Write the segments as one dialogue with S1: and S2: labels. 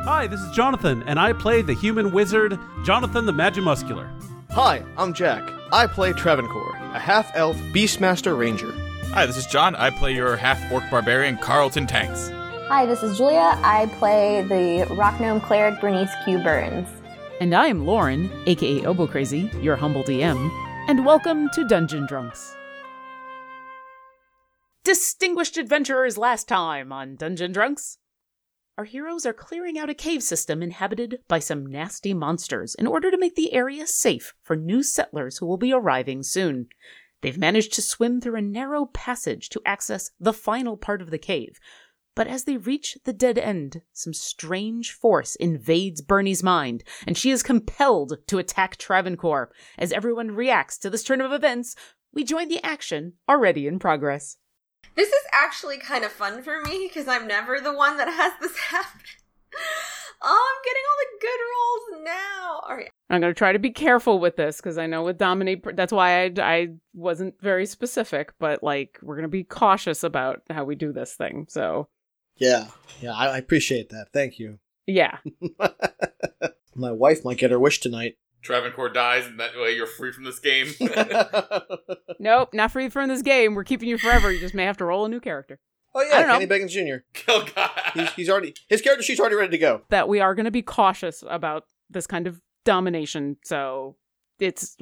S1: Hi, this is Jonathan, and I play the human wizard, Jonathan the Magimuscular.
S2: Hi, I'm Jack. I play Travancore, a half elf Beastmaster Ranger.
S3: Hi, this is John. I play your half orc barbarian, Carlton Tanks.
S4: Hi, this is Julia. I play the rock gnome cleric Bernice Q. Burns.
S5: And I am Lauren, aka Obo Crazy, your humble DM, and welcome to Dungeon Drunks. Distinguished adventurers, last time on Dungeon Drunks, our heroes are clearing out a cave system inhabited by some nasty monsters in order to make the area safe for new settlers who will be arriving soon. They've managed to swim through a narrow passage to access the final part of the cave, but as they reach the dead end, some strange force invades Bernie's mind, and she is compelled to attack Travancore. As everyone reacts to this turn of events, we join the action already in progress.
S6: This is actually kind of fun for me because I'm never the one that has this happen. oh, I'm getting all the good rolls now. All right.
S7: I'm going to try to be careful with this because I know with dominate, that's why I, I wasn't very specific, but like we're going to be cautious about how we do this thing. So,
S8: Yeah, yeah, I, I appreciate that. Thank you.
S7: yeah.
S8: My wife might get her wish tonight.
S3: Travancore dies, and that way you're free from this game.
S8: oh
S7: Nope, not free from this game. We're keeping you forever. You just may have to roll a new character.
S8: Oh, yeah,
S7: know.
S8: Kenny Beggins Jr.
S3: Kill God.
S8: He's, he's already his character sheet's already ready to go.
S7: That we are going to be cautious about this kind of domination. So, it's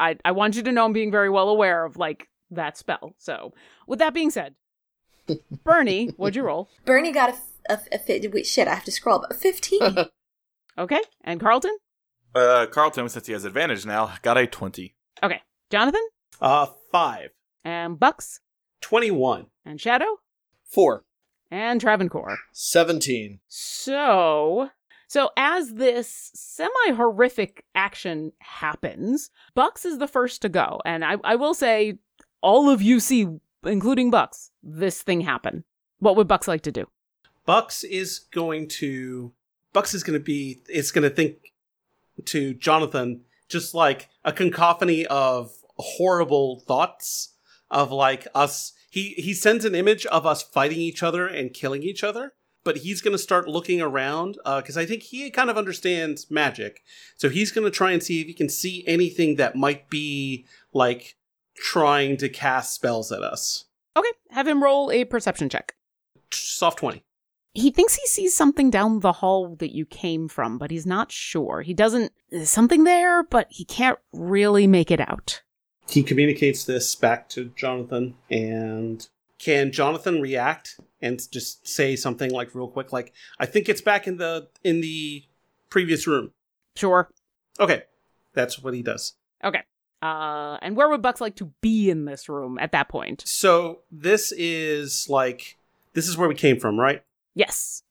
S7: I I want you to know I'm being very well aware of like that spell. So, with that being said, Bernie, what'd you roll?
S6: Bernie got a, f- a, f- a fi- wait, shit. I have to scroll, but 15.
S7: Okay, and Carlton.
S3: Uh, Carlton, since he has advantage now, got a 20.
S7: Okay, Jonathan
S1: Uh, five.
S7: and Bucks
S1: 21.
S7: and Shadow
S8: Four.
S7: and Travancore.
S8: Seventeen.
S7: So, so as this semi horrific action happens, Bucks is the first to go, and I, I will say, all of you see, including Bucks, this thing happen. What would Bucks like to do?
S1: Bucks is going to. Bucks is going to be. It's going to think to Jonathan just like a cacophony of horrible thoughts of like us. He he sends an image of us fighting each other and killing each other. But he's going to start looking around because I think he kind of understands magic. So he's going to try and see if he can see anything that might be like trying to cast spells at us.
S7: Okay, have him roll a perception check.
S1: Soft 20.
S7: he thinks he sees something down the hall that you came from, but he's not sure. He doesn't. There's something there, but he can't really make it out.
S1: he communicates this back to Jonathan and can Jonathan react and just say something like real quick like I think it's back in the in the previous room.
S7: Sure.
S1: Okay. That's what he does.
S7: Okay. Uh, and where would Bucks like to be in this room at that point?
S1: So this is like this is where we came from, right?
S7: Yes.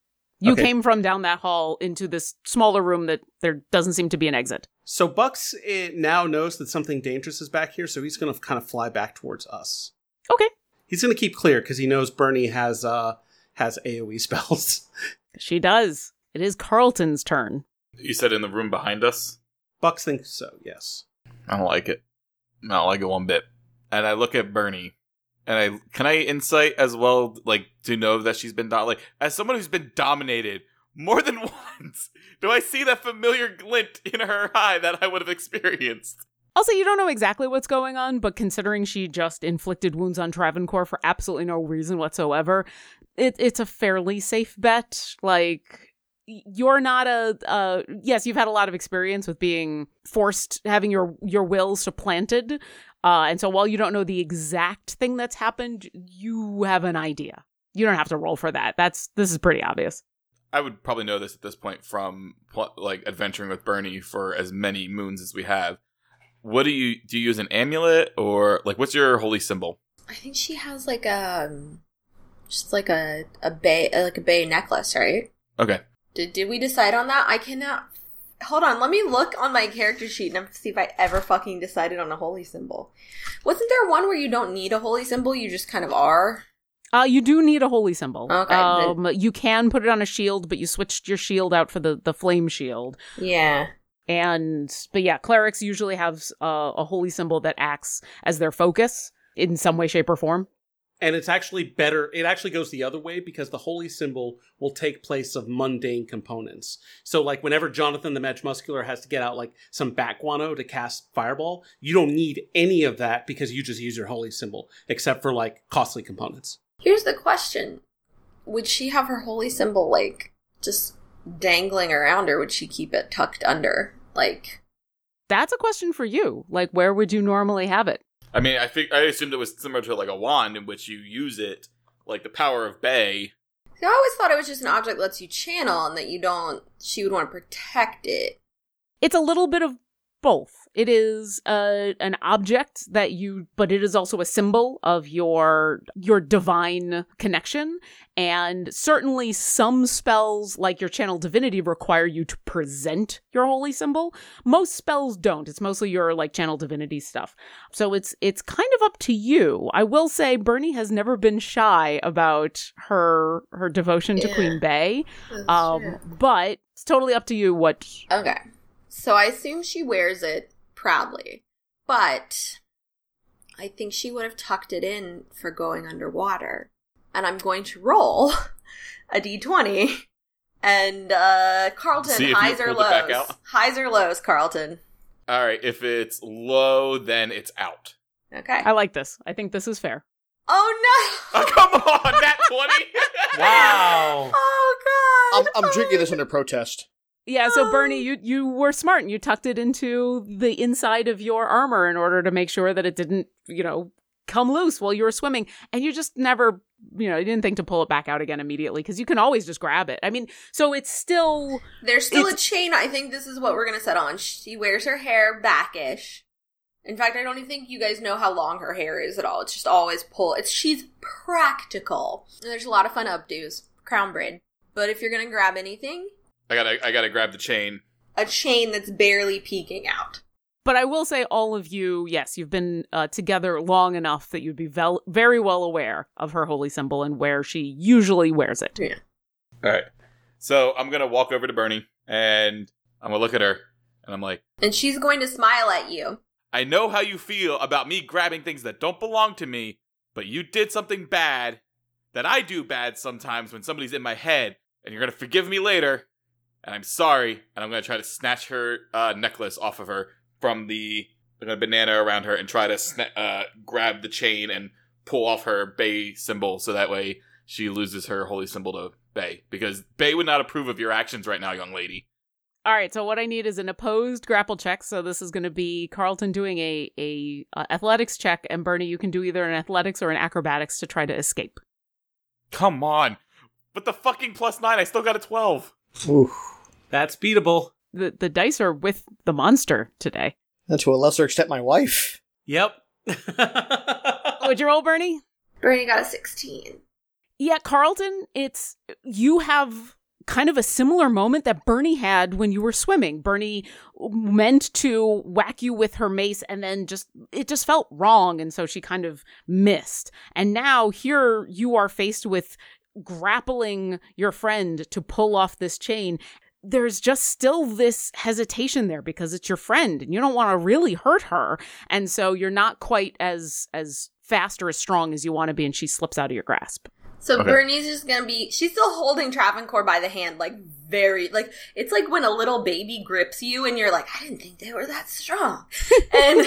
S7: You
S1: Okay.
S7: came from down that hall into this smaller room that there doesn't seem to be an exit.
S1: So Bucks eh, now knows that something dangerous is back here, so he's going to kind of fly back towards us.
S7: Okay.
S1: He's going to keep clear cuz he knows Bernie has uh has AoE spells.
S7: She does. It is Carlton's turn.
S3: You said in the room behind us?
S1: Bucks thinks so, yes.
S3: I don't like it. I don't like it one bit. And I look at Bernie, and I can I insight as well, like to know that she's been do- like as someone who's been dominated more than once. Do I see that familiar glint in her eye that I would have experienced?
S7: Also, you don't know exactly what's going on, but considering she just inflicted wounds on Travancore for absolutely no reason whatsoever, it, it's a fairly safe bet. Like, y- you're not a. Uh, yes, you've had a lot of experience with being forced, having your, your will supplanted. Uh, and so while you don't know the exact thing that's happened, you have an idea. You don't have to roll for that. That's this is pretty obvious.
S3: I would probably know this at this point from pl- like adventuring with Bernie for as many moons as we have. What do you do? You use an amulet or like what's your holy symbol?
S6: I think she has like a, um, just like a, a bay, uh, like a bay necklace, right?
S3: Okay,
S6: Did, did we decide on that? I cannot. Hold on, let me look on my character sheet and see if I ever fucking decided on a holy symbol. Wasn't there one where you don't need a holy symbol, you just kind of are?
S7: Uh, you do need a holy symbol.
S6: Okay,
S7: Um, you can put it on a shield, but you switched your shield out for the, the flame shield.
S6: Yeah.
S7: And but yeah, clerics usually have uh, a holy symbol that acts as their focus in some way, shape, or form.
S1: and it's actually better it actually goes the other way because the holy symbol will take place of mundane components so like whenever jonathan the match muscular has to get out like some bat guano to cast fireball you don't need any of that because you just use your holy symbol except for like costly components
S6: Here's the question Would she have her holy symbol, like, just dangling around, or would she keep it tucked under? Like,
S7: That's a question for you. Like, where would you normally have it?
S3: I mean, I think I assumed it was similar to like a wand in which you use it, like the power of Bay.
S6: I always thought it was just an object that lets you channel and that you don't, she would want to protect it.
S7: It's a little bit of both. It is uh, an object that you, but it is also a symbol of your your divine connection, and certainly some spells like your channel divinity require you to present your holy symbol. Most spells don't. It's mostly your like channel divinity stuff. So it's it's kind of up to you. I will say Bernie has never been shy about her her devotion to
S6: Yeah.
S7: Queen Bay.
S6: That's
S7: Um,
S6: true.
S7: but it's totally up to you what
S6: Okay. So I assume she wears it proudly, but I think she would have tucked it in for going underwater. And I'm going to roll a d20. And uh Carlton,
S3: See if you
S6: highs or
S3: pulled it back
S6: lows?
S3: out.
S6: Highs or lows, Carlton?
S3: All right, if it's low, then it's out.
S6: Okay.
S7: I like this. I think this is fair.
S6: oh
S3: Oh,
S6: no!
S3: come on, that twenty.
S1: wow
S6: Oh
S8: I'm,
S6: god!
S8: I'm drinking this under protest.
S7: Yeah, so
S6: Oh.
S7: Bernie, you you were smart and you tucked it into the inside of your armor in order to make sure that it didn't, you know, come loose while you were swimming. And you just never, you know, you didn't think to pull it back out again immediately because you can always just grab it. I mean, so it's still
S6: There's still a
S7: It's-
S6: chain. I think this is what we're gonna set on. She wears her hair backish. In fact, I don't even think you guys know how long her hair is at all. It's just always pull. It's she's practical. And there's a lot of fun updos, crown braid. But if you're gonna grab anything,
S3: I gotta, I gotta grab the chain.
S6: a chain that's barely peeking out.
S7: but I will say all of you, yes, you've been uh, together long enough that you'd be vel- very well aware of her holy symbol and where she usually wears it.
S3: All right, so I'm gonna walk over to Bernie and I'm gonna look at her and I'm like,
S6: And she's going to smile at you.
S3: I know how you feel about me grabbing things that don't belong to me, but you did something bad that I do bad sometimes when somebody's in my head, and you're gonna forgive me later, and I'm sorry, and I'm gonna try to snatch her uh, necklace off of her from the I'm gonna banana around her and try to sna- uh, grab the chain and pull off her Bay symbol so that way she loses her holy symbol to Bay because Bay would not approve of your actions right now, young lady.
S7: All right, so what I need is an opposed grapple check. So this is going to be Carlton doing a a uh, athletics check, and Bernie, you can do either an athletics or an acrobatics to try to escape.
S3: Come on, with the fucking plus nine, I still got a twelve.
S8: Ooh.
S1: that's beatable
S7: The the dice are with the monster today.
S8: And to a lesser extent, my wife.
S1: yep
S7: Would you roll, Bernie?
S6: Bernie got a 16.
S7: Yeah, Carlton, it's you have kind of a similar moment that Bernie had when you were swimming. Bernie meant to whack you with her mace and then just it just felt wrong and so she kind of missed. And now here you are faced with grappling your friend to pull off this chain. There's just still this hesitation there because it's your friend and you don't want to really hurt her and so you're not quite as as fast or as strong as you want to be and she slips out of your grasp.
S6: So
S3: Okay.
S6: Bernie's just gonna be. She's still holding Travancore by the hand, like very, like it's like when a little baby grips you, and you're like, I didn't think they were that strong. And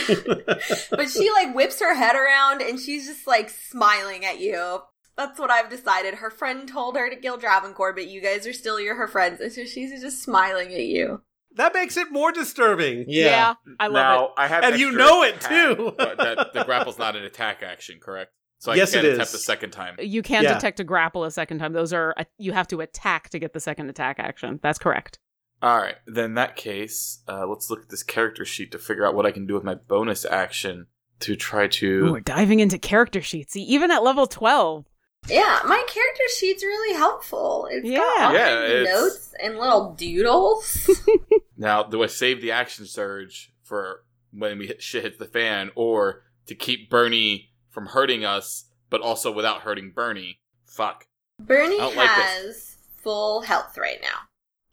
S6: but she like whips her head around, and she's just like smiling at you. That's what I've decided. Her friend told her to kill Travancore, but you guys are still your her friends, and so she's just smiling at you.
S1: that makes it more disturbing
S8: Yeah.
S7: I love
S3: now,
S7: it.
S3: I have
S1: And you
S3: extra
S1: know it,
S3: attack,
S1: too.
S3: but that, the grapple's not an attack action, correct? So I
S1: Yes,
S3: can't
S1: it
S3: attempt
S1: is.
S3: the second time.
S7: You can
S1: Yeah.
S7: detect a grapple a second time. Those are you have to attack to get the second attack action. That's correct.
S3: All right, then in that case, uh, let's look at this character sheet to figure out what I can do with my bonus action to try
S1: Oh
S7: Ooh,
S3: to.
S7: we're diving into character sheets. See, even at level twelve,
S6: Yeah, my character sheet's really helpful. It's got
S7: Yeah.
S6: all
S3: Yeah,
S6: kinds of
S3: it's-
S6: notes and little doodles.
S3: Now, do I save the action surge for when we hit, shit hits the fan, or to keep Bernie from hurting us, but also without hurting Bernie? Fuck.
S6: Bernie
S3: I don't
S6: has
S3: like this.
S6: full health right now.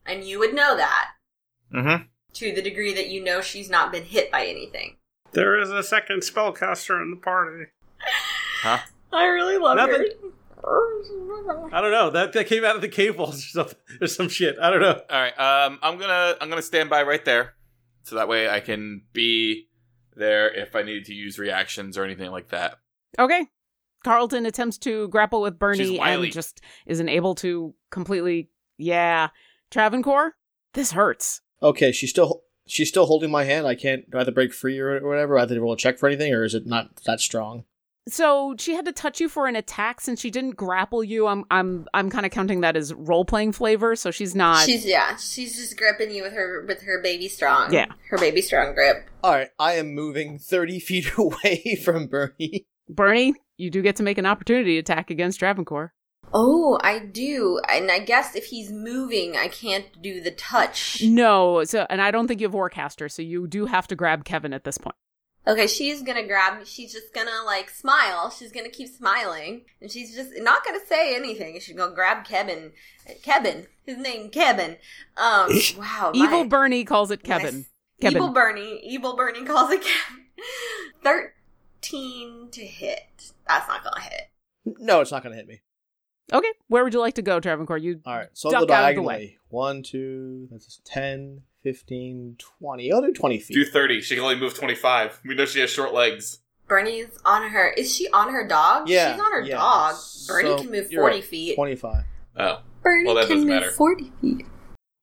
S6: And you would know that
S3: Mm-hmm.
S6: to the degree that you know she's not been hit by anything.
S9: There is a second spellcaster in the party.
S3: Huh?
S6: I really love
S1: Nothing.
S6: her.
S1: I don't know. That that came out of the cave walls or something or some shit. I don't know.
S3: All right. Um, I'm gonna I'm gonna stand by right there, so that way I can be there if I need to use reactions or anything like that.
S7: Okay. Carlton attempts to grapple with Bernie
S3: wily.
S7: and just isn't able to completely. Yeah. Travancore, this hurts.
S2: Okay, she's still she's still holding my hand. I can't do I have to break free or whatever. I have to roll a check for anything, or is it not that strong?
S7: So she had to touch you for an attack since she didn't grapple you. I'm I'm I'm kind of counting that as role playing flavor. So she's not.
S6: She's yeah, she's just gripping you with her with her baby strong.
S7: Yeah.
S6: her baby strong grip.
S2: All right, I am moving thirty feet away from Bernie.
S7: Bernie, you do get to make an opportunity attack against Travancore.
S6: Oh, I do, and I guess if he's moving, I can't do the touch.
S7: No, so and I don't think you have Warcaster, so you do have to grab Kevin at this point.
S6: Okay, she's gonna grab. She's just gonna like smile. She's gonna keep smiling, and she's just not gonna say anything. She's gonna grab Kevin. Kevin, his name Kevin. Um, wow,
S7: Evil
S6: my-
S7: Bernie calls it Kevin.
S6: My-
S7: Kevin.
S6: Evil Bernie. Evil Bernie calls it Kevin. Thirteen to hit. That's not gonna hit.
S2: No, it's not going to hit me.
S7: Okay, where would you like to go, Travancore? You
S1: Uh,
S2: All right, so
S7: Duck
S2: I'll go
S7: out of the
S2: diagonally.
S7: way.
S2: One, two, that's 10, 15, 20. I'll do 20 feet.
S3: Do thirty. She can only move twenty five. We know she has short legs.
S6: Bernie's on her. Is she on her dog?
S2: Yeah,
S6: she's on her
S2: yeah.
S6: dog. Bernie
S2: So,
S6: can move
S2: you're
S6: forty
S2: right,
S6: feet.
S2: 25.
S3: Oh,
S6: Bernie
S3: Well, that
S6: can
S3: doesn't
S6: move
S3: matter.
S6: forty feet.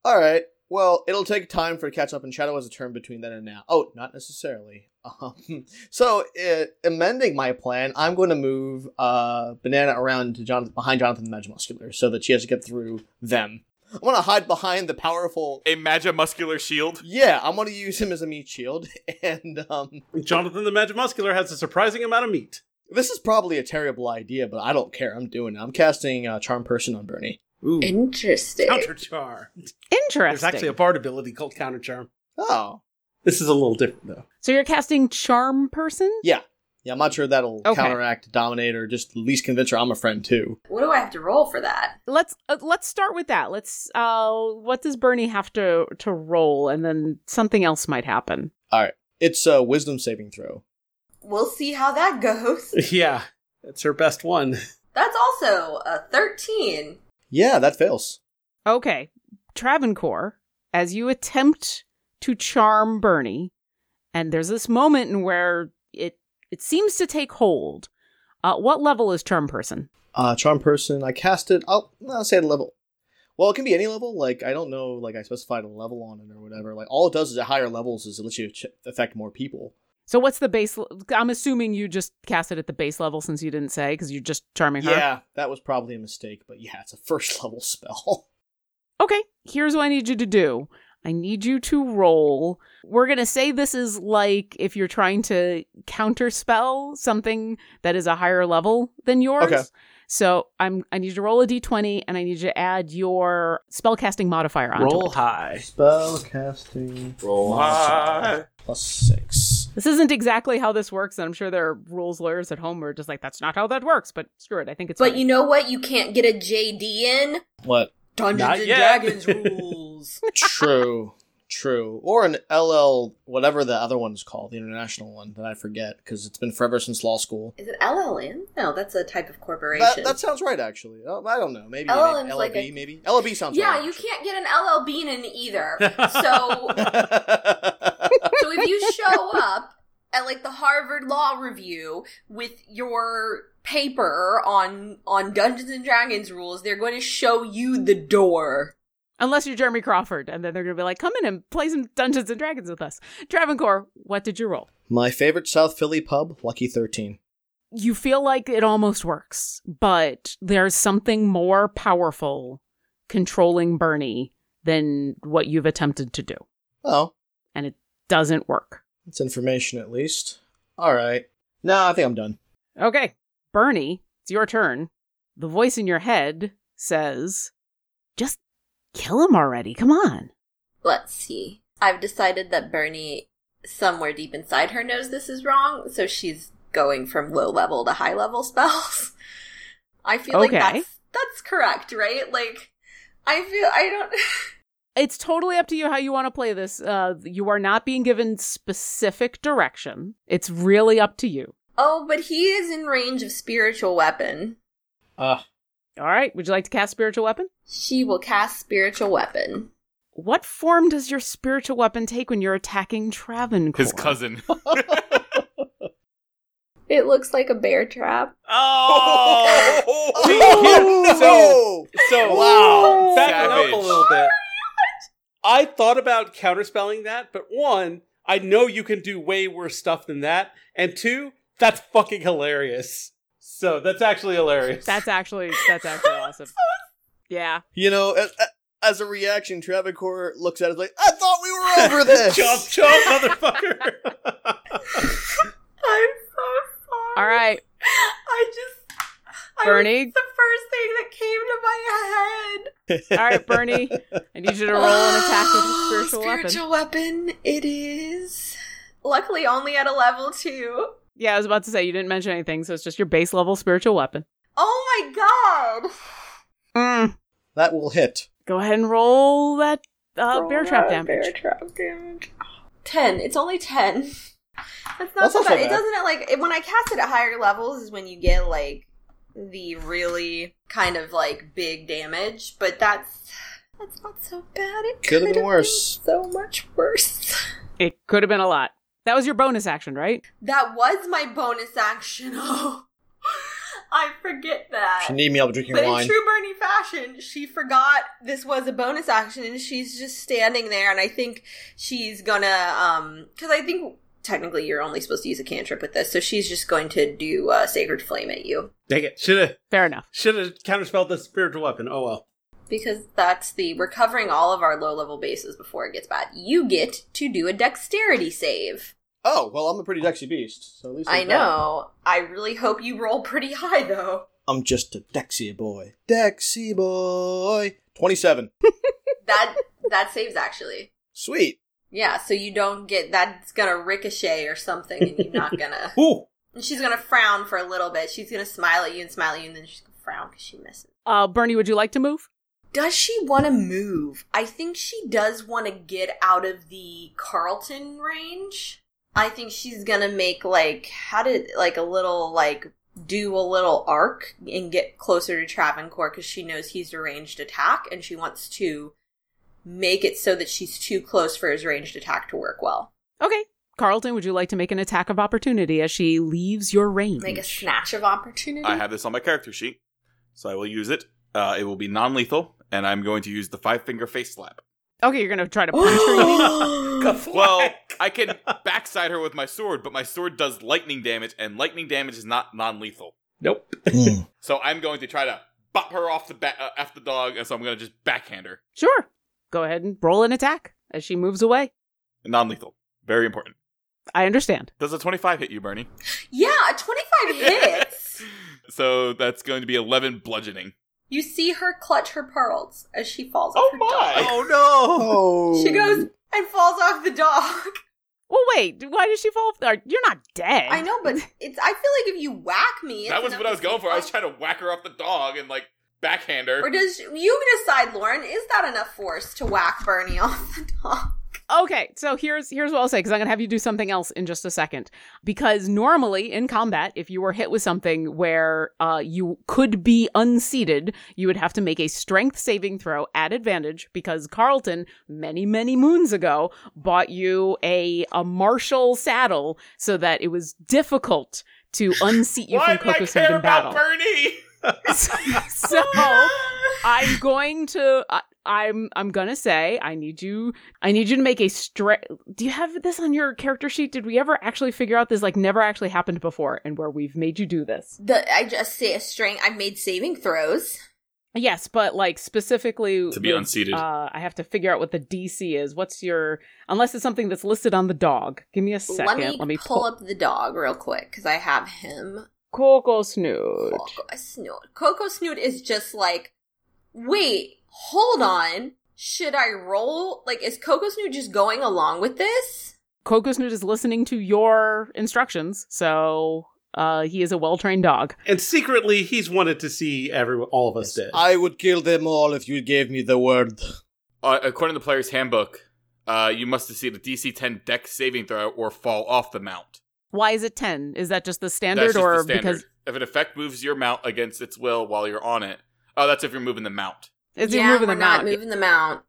S2: All right. Well, it'll take time for it to catch up, and Shadow has a turn between then and now. Oh, not necessarily. Um, so, uh, amending my plan, I'm going to move uh, Banana around to Jonathan, behind Jonathan the Magic Muscular so that she has to get through them. I want to hide behind the powerful.
S3: a magic muscular shield.
S2: Yeah, I'm going to use him as a meat shield, and um,
S1: Jonathan the Magic Muscular has a surprising amount of meat.
S2: this is probably a terrible idea, but I don't care. I'm doing it. I'm casting uh, Charm Person on Bernie.
S1: Ooh.
S6: Interesting.
S1: Counter charm. There's
S7: interesting.
S1: actually a bard ability called counter charm.
S2: Oh,
S1: This is a little different though.
S7: so you're casting charm person.
S2: yeah, yeah. I'm not sure that'll
S7: Okay.
S2: counteract, dominate, or just at least convince her I'm a friend too.
S6: What do I have to roll for that?
S7: let's uh, let's start with that. Let's uh what does Bernie have to to roll and then something else might happen.
S2: It's a wisdom saving throw.
S6: We'll see how that goes.
S1: Yeah, that's her best one.
S6: That's also a thirteen.
S2: Yeah, that fails.
S7: Okay. Travancore, as you attempt to charm Bernie, and there's this moment in where it it seems to take hold. Uh what level is charm person?
S2: Uh, charm person. I cast it. I'll, I'll say at a level. Well, it can be any level. Like I don't know. Like I specified a level on it or whatever. Like all it does is at higher levels is it lets you ch- affect more people.
S7: So what's the base le- I'm assuming you just cast it at the base level since you didn't say cuz you're just charming
S6: Uh-huh.
S7: her.
S2: Yeah, that was probably a mistake, but yeah, it's a first level spell.
S7: okay, here's what I need you to do. I need you to roll. We're going to say this is like if you're trying to counterspell something that is a higher level than yours.
S2: Okay.
S7: So I'm I need you to roll a d20 and I need you to add your spellcasting modifier onto
S1: Roll
S7: it.
S1: high.
S2: spell casting roll
S1: Ah.
S2: plus six.
S7: This isn't exactly how this works, and I'm sure there are rules lawyers at home who are just like, that's not how that works, but screw it. I think it's
S6: But
S7: fine.
S6: you know what? You can't get a JD in
S2: What?
S6: Dungeons
S1: Not
S6: and
S1: yet.
S6: Dragons rules.
S2: True. True. Or an LL, whatever the other one's called, the international one that I forget because it's been forever since law school.
S6: Is it LLN? No, that's a type of corporation.
S2: That, that sounds right, actually. Uh, I don't know. Maybe
S6: LLM
S2: LLB,
S6: 's Oh, like a-
S2: maybe LLB sounds.
S6: yeah,
S2: right,
S6: you
S2: actually.
S6: can't get an LLB in either. So So if you show up at like the Harvard Law Review with your paper on on Dungeons and Dragons rules, they're going to show you the door.
S7: Unless you're Jeremy Crawford, and then they're going to be like, come in and play some Dungeons and Dragons with us. Travancore, what did you roll?
S2: My favorite South Philly pub, Lucky Thirteen.
S7: you feel like it almost works, but there's something more powerful controlling Bernie than what you've attempted to do,
S2: Oh,
S7: and it doesn't work.
S2: it's information at least. All right. No, I think I'm done.
S7: Okay, Bernie, it's your turn. The voice in your head says, "Just kill him already. Come on."
S6: Let's see. I've decided that Bernie somewhere deep inside her knows this is wrong, so she's going from low level to high level spells. I feel like
S7: Okay.
S6: that's that's correct, right? Like I feel I don't
S7: It's totally up to you how you want to play this. Uh, you are not being given specific direction. It's really up to you.
S6: Oh, but he is in range of spiritual weapon.
S8: Uh,
S5: All right, would you like to cast spiritual weapon?
S6: She will cast spiritual weapon.
S5: What form does your spiritual weapon take when you're attacking Travancore?
S3: His cousin.
S6: It looks like a bear trap.
S1: Oh,
S3: See, here- so, so
S1: wow! Backing up
S3: savage.
S1: a little bit. I thought about counterspelling that, but one, I know you can do way worse stuff than that, and two, that's fucking hilarious. So that's actually hilarious.
S7: That's actually that's actually awesome. Yeah.
S8: you know, as, as a reaction, Travancore looks at it like, I thought we were over this.
S1: chomp chomp, motherfucker.
S6: I'm so sorry.
S7: All right.
S6: I just. I
S7: Bernie?
S6: was the first thing that came to my head.
S7: All right, Bernie. I need you to roll an attack with your spiritual, weapon.
S6: Oh, Ah, Spiritual weapon. It is. Luckily, only at a level two.
S7: Yeah, I was about to say you didn't mention anything, so it's just your base level spiritual weapon.
S6: Oh my god!
S7: Mm.
S8: That will hit.
S7: Go ahead and roll that uh, bear trap damage.
S6: Bear trap damage. Ten. It's only ten. That's not
S8: That's
S6: so
S8: not so
S6: bad. It
S8: bad.
S6: doesn't it, like it, when I cast it at higher levels is when you get like the really kind of like big damage, but that's that's not so bad. It
S8: Could've
S6: could
S8: been
S6: have been
S8: worse.
S6: So much worse.
S7: It could have been a lot. That was your bonus action, right?
S6: That was my bonus action. Oh, I forget that.
S8: She need me, I'll be drinking
S6: But in
S8: wine.
S6: true Bernie fashion, she forgot this was a bonus action, and she's just standing there. And I think she's gonna, um, because I think technically you're only supposed to use a cantrip with this, so she's just going to do uh, sacred flame at you
S1: Dang it! Should have
S7: Fair enough.
S1: should have counterspelled the spiritual weapon. Oh well.
S6: because that's the we're covering all of our low level bases before it gets bad. You get to do a dexterity save.
S8: Oh, well, I'm a pretty dexy beast, so at least
S6: I
S8: there's that.
S6: know. I really hope you roll pretty high though.
S8: I'm just a dexy boy. Dexy boy. 27.
S6: That that saves actually.
S8: Sweet.
S6: Yeah, so you don't get that's gonna ricochet or something, and you're not gonna.
S1: Ooh,
S6: and she's gonna frown for a little bit. She's gonna smile at you and smile at you, and then she's gonna frown because she misses.
S7: Uh, Bernie, would you like to move?
S6: Does she want to move? I think she does want to get out of the Carlton range. I think she's gonna make like how did like a little like do a little arc and get closer to Travancore because she knows he's a ranged attack, and she wants to make it so that she's too close for his ranged attack to work well.
S7: Okay. Carlton, would you like to make an attack of opportunity as she leaves your range?
S6: Make a snatch of opportunity.
S3: I have this on my character sheet, so I will use it. Uh, it will be non-lethal, and I'm going to use the five finger face slap.
S7: Okay, you're gonna try to punch her.
S3: Well, I can backside her with my sword, but my sword does lightning damage, and lightning damage is not non-lethal.
S1: nope.
S3: So I'm going to try to bop her off the back uh, off the dog, and so I'm going to just backhand her.
S7: Sure. Go ahead and roll an attack as she moves away.
S3: Non-lethal, very important.
S7: I understand.
S3: Does a 25 hit you, Bernie?
S6: yeah, a 25 hits.
S3: So that's going to be 11 bludgeoning.
S6: You see her clutch her pearls as she falls off
S3: Oh
S6: her
S3: my!
S1: Oh no!
S8: Oh.
S6: dog. She goes and falls off the dog.
S7: Well, wait. Why did she fall? Or, you're not dead.
S6: I know, but it's. I feel like if you whack me, it's
S3: That was
S6: enough
S3: what I was
S6: to-
S3: going for. I was trying to whack her off the dog and like backhand her.
S6: Or does you decide, Lauren? Is that enough force to whack Bernie off the dog?
S7: Okay, so here's here's what I'll say because I'm gonna have you do something else in just a second. Because normally in combat, if you were hit with something where uh, you could be unseated, you would have to make a strength saving throw at advantage. Because Carlton, many many moons ago, bought you a a martial saddle so that it was difficult to unseat you
S3: Why
S7: from
S3: do I
S7: Cocos
S3: care
S7: in
S3: about
S7: battle.
S3: Bernie?
S7: so I'm going to. I, I'm. I'm gonna say. I need you. I need you to make a straight. Do you have this on your character sheet? Did we ever actually figure out this? Like, never actually happened before, and where we've made you do this.
S6: The I just say a string. I made saving throws.
S7: Yes, but like specifically
S3: To be
S7: with,
S3: unseated.
S7: Uh, I have to figure out what the DC is. What's your? Unless it's something that's listed on the dog. Give me a second.
S6: let me pull, up the dog real quick because I have him
S7: Coco Snoot.
S6: Coco Snoot. Coco Snoot is just like, wait, hold on. Should I roll? Like, is Coco Snoot just going along with this?
S7: Coco Snoot is listening to your instructions, so uh, he is a well-trained dog.
S1: And secretly, he's wanted to see every all of us dead.
S8: I would kill them all if you gave me the word.
S3: Uh, according to the player's handbook, uh, you must see the DC 10 deck saving throw or fall off the mount.
S7: Why is it 10? Is that just the standard
S3: That's just
S7: or
S3: the standard.
S7: because
S3: if an effect moves your mount against its will while you're on it, oh, that's if you're moving the mount.
S7: it's
S6: yeah,
S7: you're moving
S6: we're
S7: them
S6: not
S7: out?
S6: moving them out.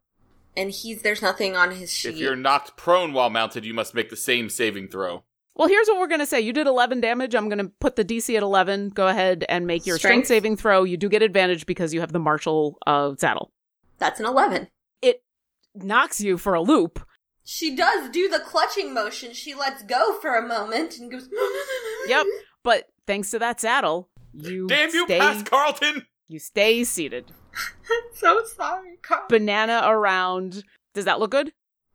S6: And he's there's nothing on his sheet.
S3: If you're knocked prone while mounted, you must make the same saving throw.
S7: Well, here's what we're going to say. You did 11 damage. I'm going to put the DC at 11. Go ahead and make your strength,
S6: Strength?
S7: saving throw. You do get advantage because you have the martial uh, saddle.
S6: That's an eleven.
S7: Knocks you for a loop.
S6: She does do the clutching motion. She lets go for a moment and goes.
S7: Yep. But thanks to that saddle, you
S3: Damn you,
S7: stay,
S3: pass Carlton!
S7: you stay seated.
S6: so sorry, Carl.
S7: Banana around. Does that look good?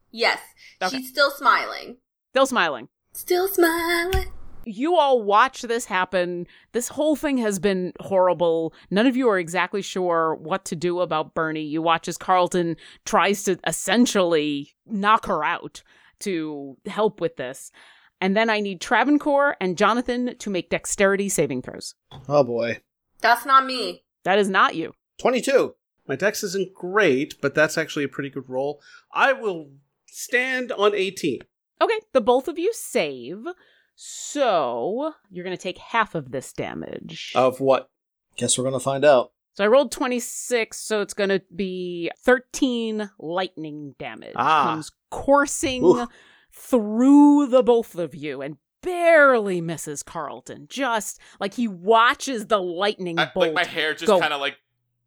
S6: yes,
S7: Okay.
S6: she's still smiling.
S7: Still smiling.
S6: Still smiling.
S7: you all watch this happen. This whole thing has been horrible. None of you are exactly sure what to do about Bernie. You watch as Carlton tries to essentially knock her out to help with this. And then I need Travancore and Jonathan to make dexterity saving throws.
S8: Oh boy.
S6: That's not me.
S7: That is not you.
S8: 22.
S1: My dex isn't great, but that's actually a pretty good roll. I will stand on 18.
S7: Okay, the both of you save. So you're going to take half of this damage.
S8: Of what? Guess we're going to find out.
S7: So I rolled 26, so it's going to be 13 lightning damage.
S1: Ah.
S7: Comes coursing
S8: Oof.
S7: through the both of you and barely misses Carlton. Just like he watches the lightning
S3: I-
S7: bolt.
S3: like my hair just
S7: Go.
S3: kind of like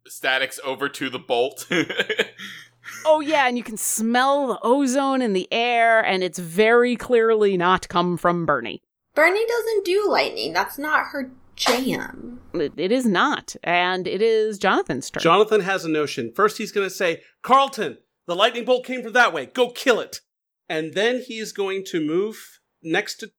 S3: statics over to the bolt.
S7: oh, yeah, and you can smell the ozone in the air, and it's very clearly not come from Bernie.
S6: Bernie doesn't do lightning. That's not her jam.
S7: It, it is not. And it is Jonathan's turn.
S1: Jonathan has a notion. First, he's going to say, Carlton, the lightning bolt came from that way. Go kill it. And then he is going to move next to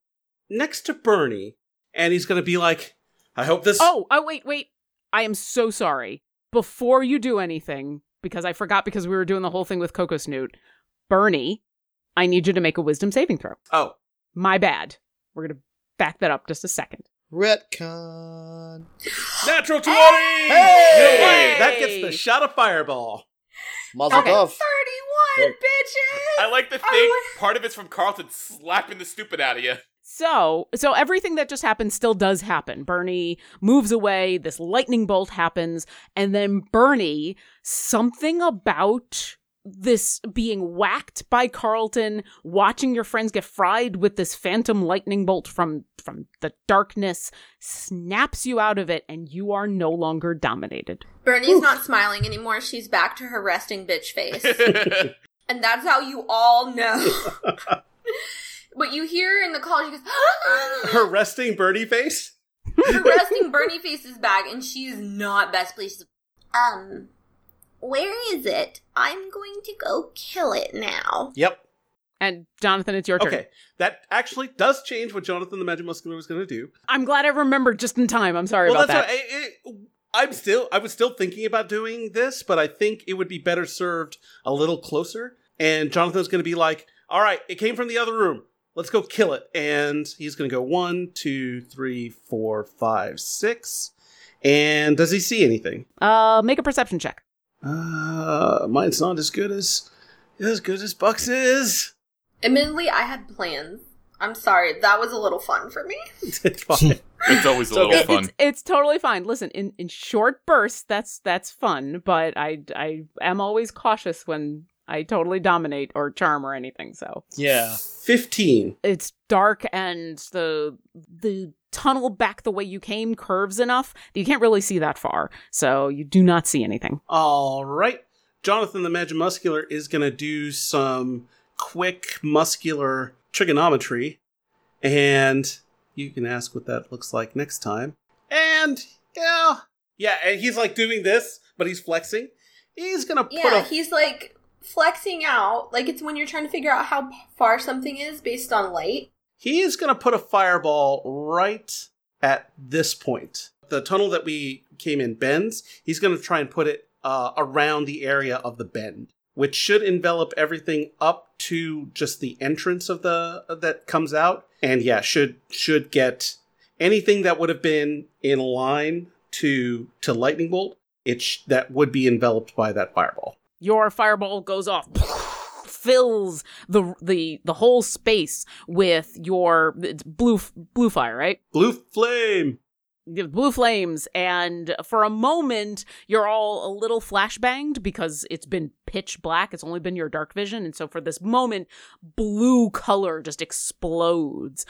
S1: next to Bernie, and he's going to be like, I hope this.
S7: Oh, oh, wait, wait. I am so sorry. Before you do anything, because I forgot because we were doing the whole thing with Coco Snoot, Bernie, I need you to make a wisdom saving throw.
S1: Oh.
S7: My bad. We're going to back that up just a second.
S8: Retcon.
S1: natural 20!
S8: Hey!
S1: No way. That gets the shot of fireball.
S8: Muzzle
S7: Okay.
S8: Dove.
S6: Thirty-one, bitches.
S3: I like to
S6: I
S3: think
S6: would-
S3: part of it's from Carlton slapping the stupid out of you.
S7: So, so everything that just happened still does happen. Bernie moves away, this lightning bolt happens, and then Bernie, something about this being whacked by Carlton, watching your friends get fried with this phantom lightning bolt from from the darkness snaps you out of it and you are no longer dominated.
S6: Bernie's not smiling anymore. She's back to her resting bitch face.
S3: That's
S6: And that's how you all know. but you hear in the call, she goes,
S1: Her resting Bernie face?
S6: her resting Bernie face is back, and she is not best pleased. Um, where is it? I'm going to go kill it now.
S1: Yep.
S7: And Jonathan, it's your turn.
S1: Okay. That actually does change what Jonathan the Magic Muscular was going to do.
S7: I'm glad I remembered just in time. I'm sorry about that.
S1: that's what I, it- I'm still I was still thinking about doing this, but I think it would be better served a little closer. And Jonathan's going to be like, "All right, it came from the other room. Let's go kill it." And he's going to go one, two, three, four, five, six. And does he see anything?
S7: uh, make a perception check.
S1: Uh, mine's not as good as as good as Bucks is.
S6: Admittedly, I had plans. I'm sorry, that was a little fun for me.
S1: it's fine.
S3: always a
S1: So
S3: little
S1: it-
S3: fun.
S7: It's, it's totally fine. Listen, in, in short bursts, that's that's fun, but I I am always cautious when I totally dominate or charm or anything. So
S8: Yeah.
S1: Fifteen.
S7: it's dark and the the tunnel back the way you came curves enough that you can't really see that far. So you do not see anything.
S1: All right. Jonathan the Magic Muscular is going to do some quick muscular trigonometry. And you can ask what that looks like next time. And, yeah. Yeah, and he's like doing this, but he's flexing. He's going to put
S6: Yeah,
S1: a.
S6: he's like flexing out. Like it's when you're trying to figure out how far something is based on light.
S1: He's going to put a fireball right at this point. The tunnel that we came in bends. He's going to try and put it uh, around the area of the bend, which should envelop everything up to just the entrance of the that comes out. And yeah, should should get anything that would have been in line to to lightning bolt. It sh- that would be enveloped by that fireball.
S7: Your fireball goes off, fills the the the whole space with your it's blue blue fire, right?
S1: Blue flame.
S7: the blue flames and for a moment you're all a little flashbanged because it's been pitch black it's only been your dark vision and so for this moment blue color just explodes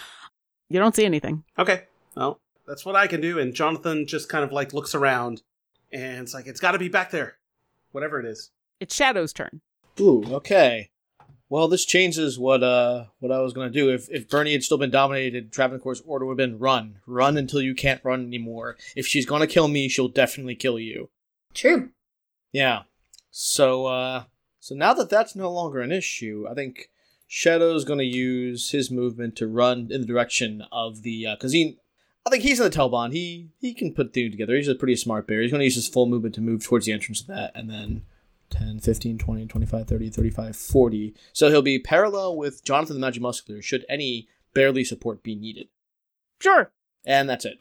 S7: you don't see anything
S1: Okay. Well, that's what I can do. And Jonathan just kind of like looks around and it's like, it's got to be back there, whatever it is.
S7: it's shadow's turn
S8: Ooh, okay. Well, this changes what uh what I was gonna do. If if Bernie had still been dominated, Travancore's order would have been run, run until you can't run anymore. If she's gonna kill me, she'll definitely kill you.
S6: True.
S8: Yeah. So uh so now that that's no longer an issue, I think Shadow's gonna use his movement to run in the direction of the uh, cause he. I think he's in the Telbon. He he can put two together. He's a pretty smart bear. He's going to use his full movement to move towards the entrance of that, and then 10, 15, 20, 25, 30, 35, 40. So he'll be parallel with Jonathan the Magic Muscular should any barely support be needed.
S7: sure
S8: And that's it.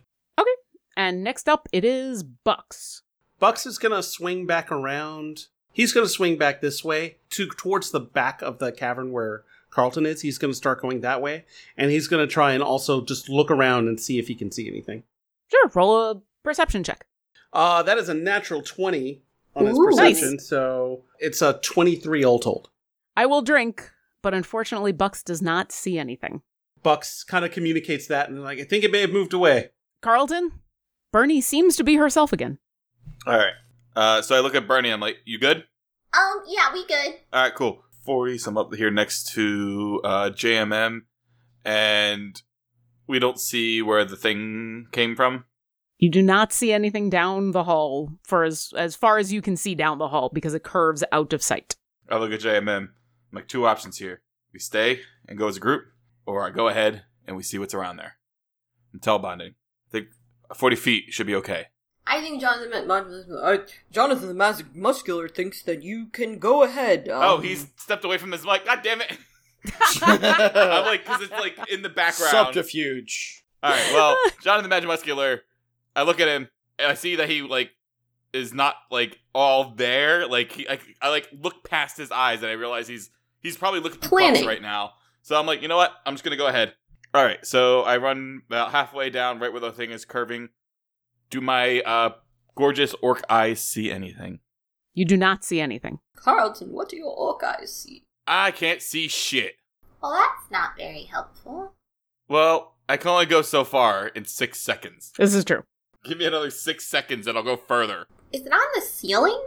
S7: and next up it is bucks
S1: Bucks is going to swing back around. He's going to swing back this way to towards the back of the cavern where Carlton is. He's going to start going that way. And he's going to try and also just look around and see if he can see anything.
S7: sure roll a perception check
S1: Uh, that is a natural 20 on his
S6: Ooh.
S1: perception.
S7: Nice.
S1: So it's a 23 all told.
S7: i will drink but unfortunately bucks does not see anything
S1: Bucks kind of communicates that and like, I think it may have moved away.
S7: carlton bernie seems to be herself again
S3: All right. Uh, so I look at Bernie. I'm like, "You good?
S6: Um, yeah, we good.
S3: All right, cool." Forty. So I'm up here next to uh, JMM, and we don't see where the thing came from.
S7: You do not see anything down the hall for as as far as you can see down the hall because it curves out of sight.
S3: I look at JMM. I'm like, two options here: we stay and go as a group, or I go ahead and we see what's around there. I'm telebonding. I think forty feet should be okay.
S6: I think Jonathan, uh, Jonathan the Mas- Muscular thinks that you can go ahead. um,
S3: Oh, he's stepped away from his mic. God damn it! I'm like, because it's like in the background.
S8: Subterfuge.
S3: All right. Well, Jonathan the Magic Muscular. I look at him and I see that he like is not like all there. Like he, I, I like look past his eyes and I realize he's he's probably looking at the
S6: Planning.
S3: bucks right now. So I'm like, you know what? I'm just gonna go ahead. All right. So I run about halfway down, right where the thing is curving. Do my uh gorgeous orc eyes see anything?
S7: You do not see anything.
S6: Carlton, what do your orc eyes see?
S3: I can't see shit.
S6: Well, that's not very helpful.
S3: Well, I can only go so far in six seconds.
S7: This is true.
S3: Give me another six seconds and I'll go further.
S6: Is it on the ceiling?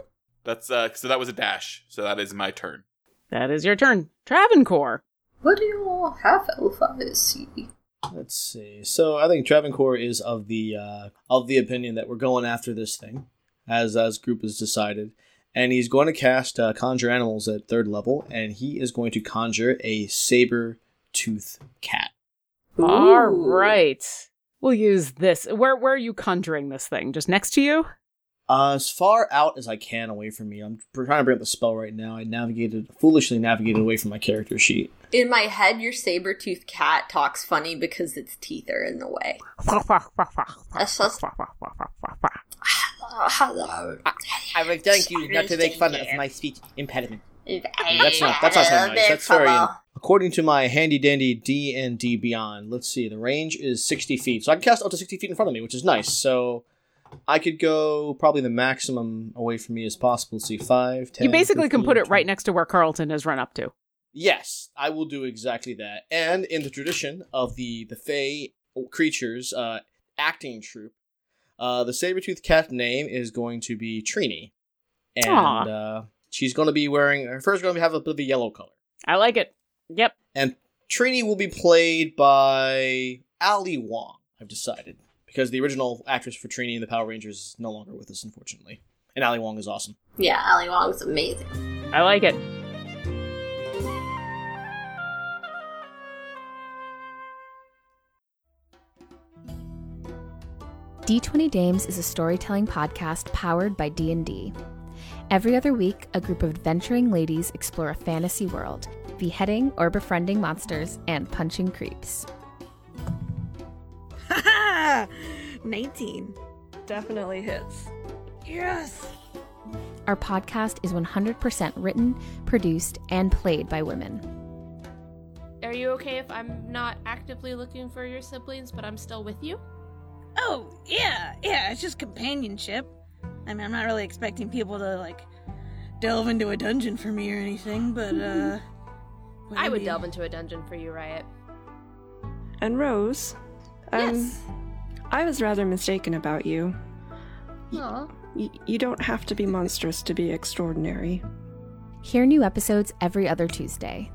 S3: That's uh so that was a dash. So that is my turn.
S7: That is your turn. Travancore.
S6: What do your half elf eyes see?
S8: Let's see. So I think Travancore is of the uh, of the opinion that we're going after this thing, as as group has decided, and he's going to cast uh, conjure animals at third level, and he is going to conjure a saber tooth cat.
S7: All
S6: Ooh.
S7: right. We'll use this. Where where are you conjuring this thing? Just next to you?
S8: Uh, as far out as I can away from me. I'm trying to bring up the spell right now. I navigated foolishly navigated away from my character sheet.
S6: In my head, your saber toothed cat talks funny because its teeth are in the way. That's just- Oh, Hello.
S8: I will thank you not to make fun of my speech impediment. That's not that's not so
S6: Hello
S8: nice.
S6: there,
S8: That's very
S6: fellow.
S8: according to my handy dandy D and D Beyond. Let's see, the range is sixty feet, so I can cast up to sixty feet in front of me, which is nice. So I could go probably the maximum away from me as possible. Let's see, five, ten.
S7: you basically can
S8: 15,
S7: put it right
S8: 20.
S7: next to where Carlton has run up to.
S8: Yes, I will do exactly that. And in the tradition of the the Fey creatures uh, acting troupe, uh, the saber-toothed cat name is going to be Trini, and
S7: Aw.
S8: uh, she's going to be wearing her fur's going to have a bit of a yellow color.
S7: I like it. Yep.
S8: And Trini will be played by Ali Wong. I've decided because the original actress for Trini in the Power Rangers is no longer with us, unfortunately. And Ali Wong is awesome.
S6: Yeah, Ali Wong's amazing.
S7: I like it.
S9: D20 Dames is a storytelling podcast powered by D&D. Every other week, a group of adventuring ladies explore a fantasy world, beheading or befriending monsters and punching creeps.
S10: 19.
S11: Definitely hits. Yes.
S9: Our podcast is 100% written, produced, and played by women.
S10: Are you okay if I'm not actively looking for your siblings, but I'm still with you?
S11: Oh, yeah, yeah, it's just companionship. I mean, I'm not really expecting people to, like, delve into a dungeon for me or anything, but, uh.
S10: I would delve into a dungeon for you, Riot.
S12: And Rose, um,
S10: yes.
S12: I was rather mistaken about you.
S10: Aw.
S12: Y- you don't have to be monstrous to be extraordinary.
S9: Hear new episodes every other Tuesday.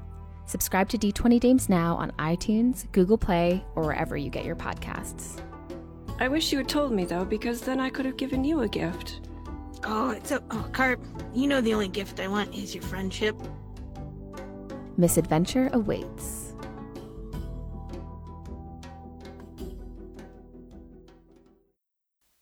S9: Subscribe to D20 Dames now on iTunes, Google Play, or wherever you get your podcasts.
S12: I wish you had told me though, because then I could have given you a gift.
S11: Oh, it's a. Oh, Carp, you know the only gift I want is your friendship.
S9: Misadventure awaits.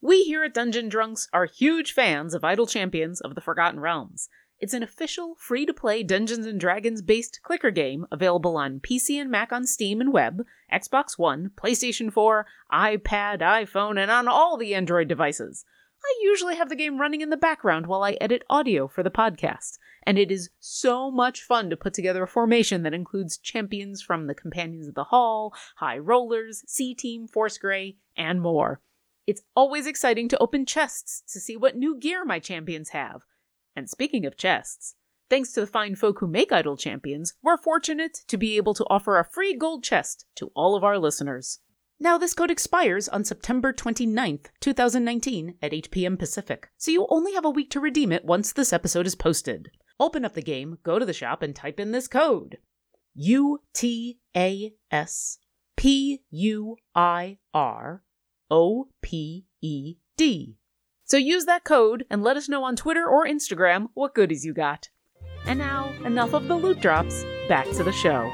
S5: We here at Dungeon Drunks are huge fans of Idle Champions of the Forgotten Realms. It's an official free to play Dungeons and Dragons based clicker game available on PC and Mac on Steam and web, Xbox One, PlayStation 4, iPad, iPhone, and on all the Android devices. I usually have the game running in the background while I edit audio for the podcast, and it is so much fun to put together a formation that includes champions from the Companions of the Hall, High Rollers, C Team, Force Grey, and more. It's always exciting to open chests to see what new gear my champions have. And speaking of chests, thanks to the fine folk who make Idle Champions, we're fortunate to be able to offer a free gold chest to all of our listeners. Now, this code expires on September 29th, 2019, at 8 p.m. Pacific, so you only have a week to redeem it once this episode is posted. Open up the game, go to the shop, and type in this code U T A S P U I R O P E D. So use that code and let us know on Twitter or Instagram what goodies you got. And now, enough of the loot drops, back to the show.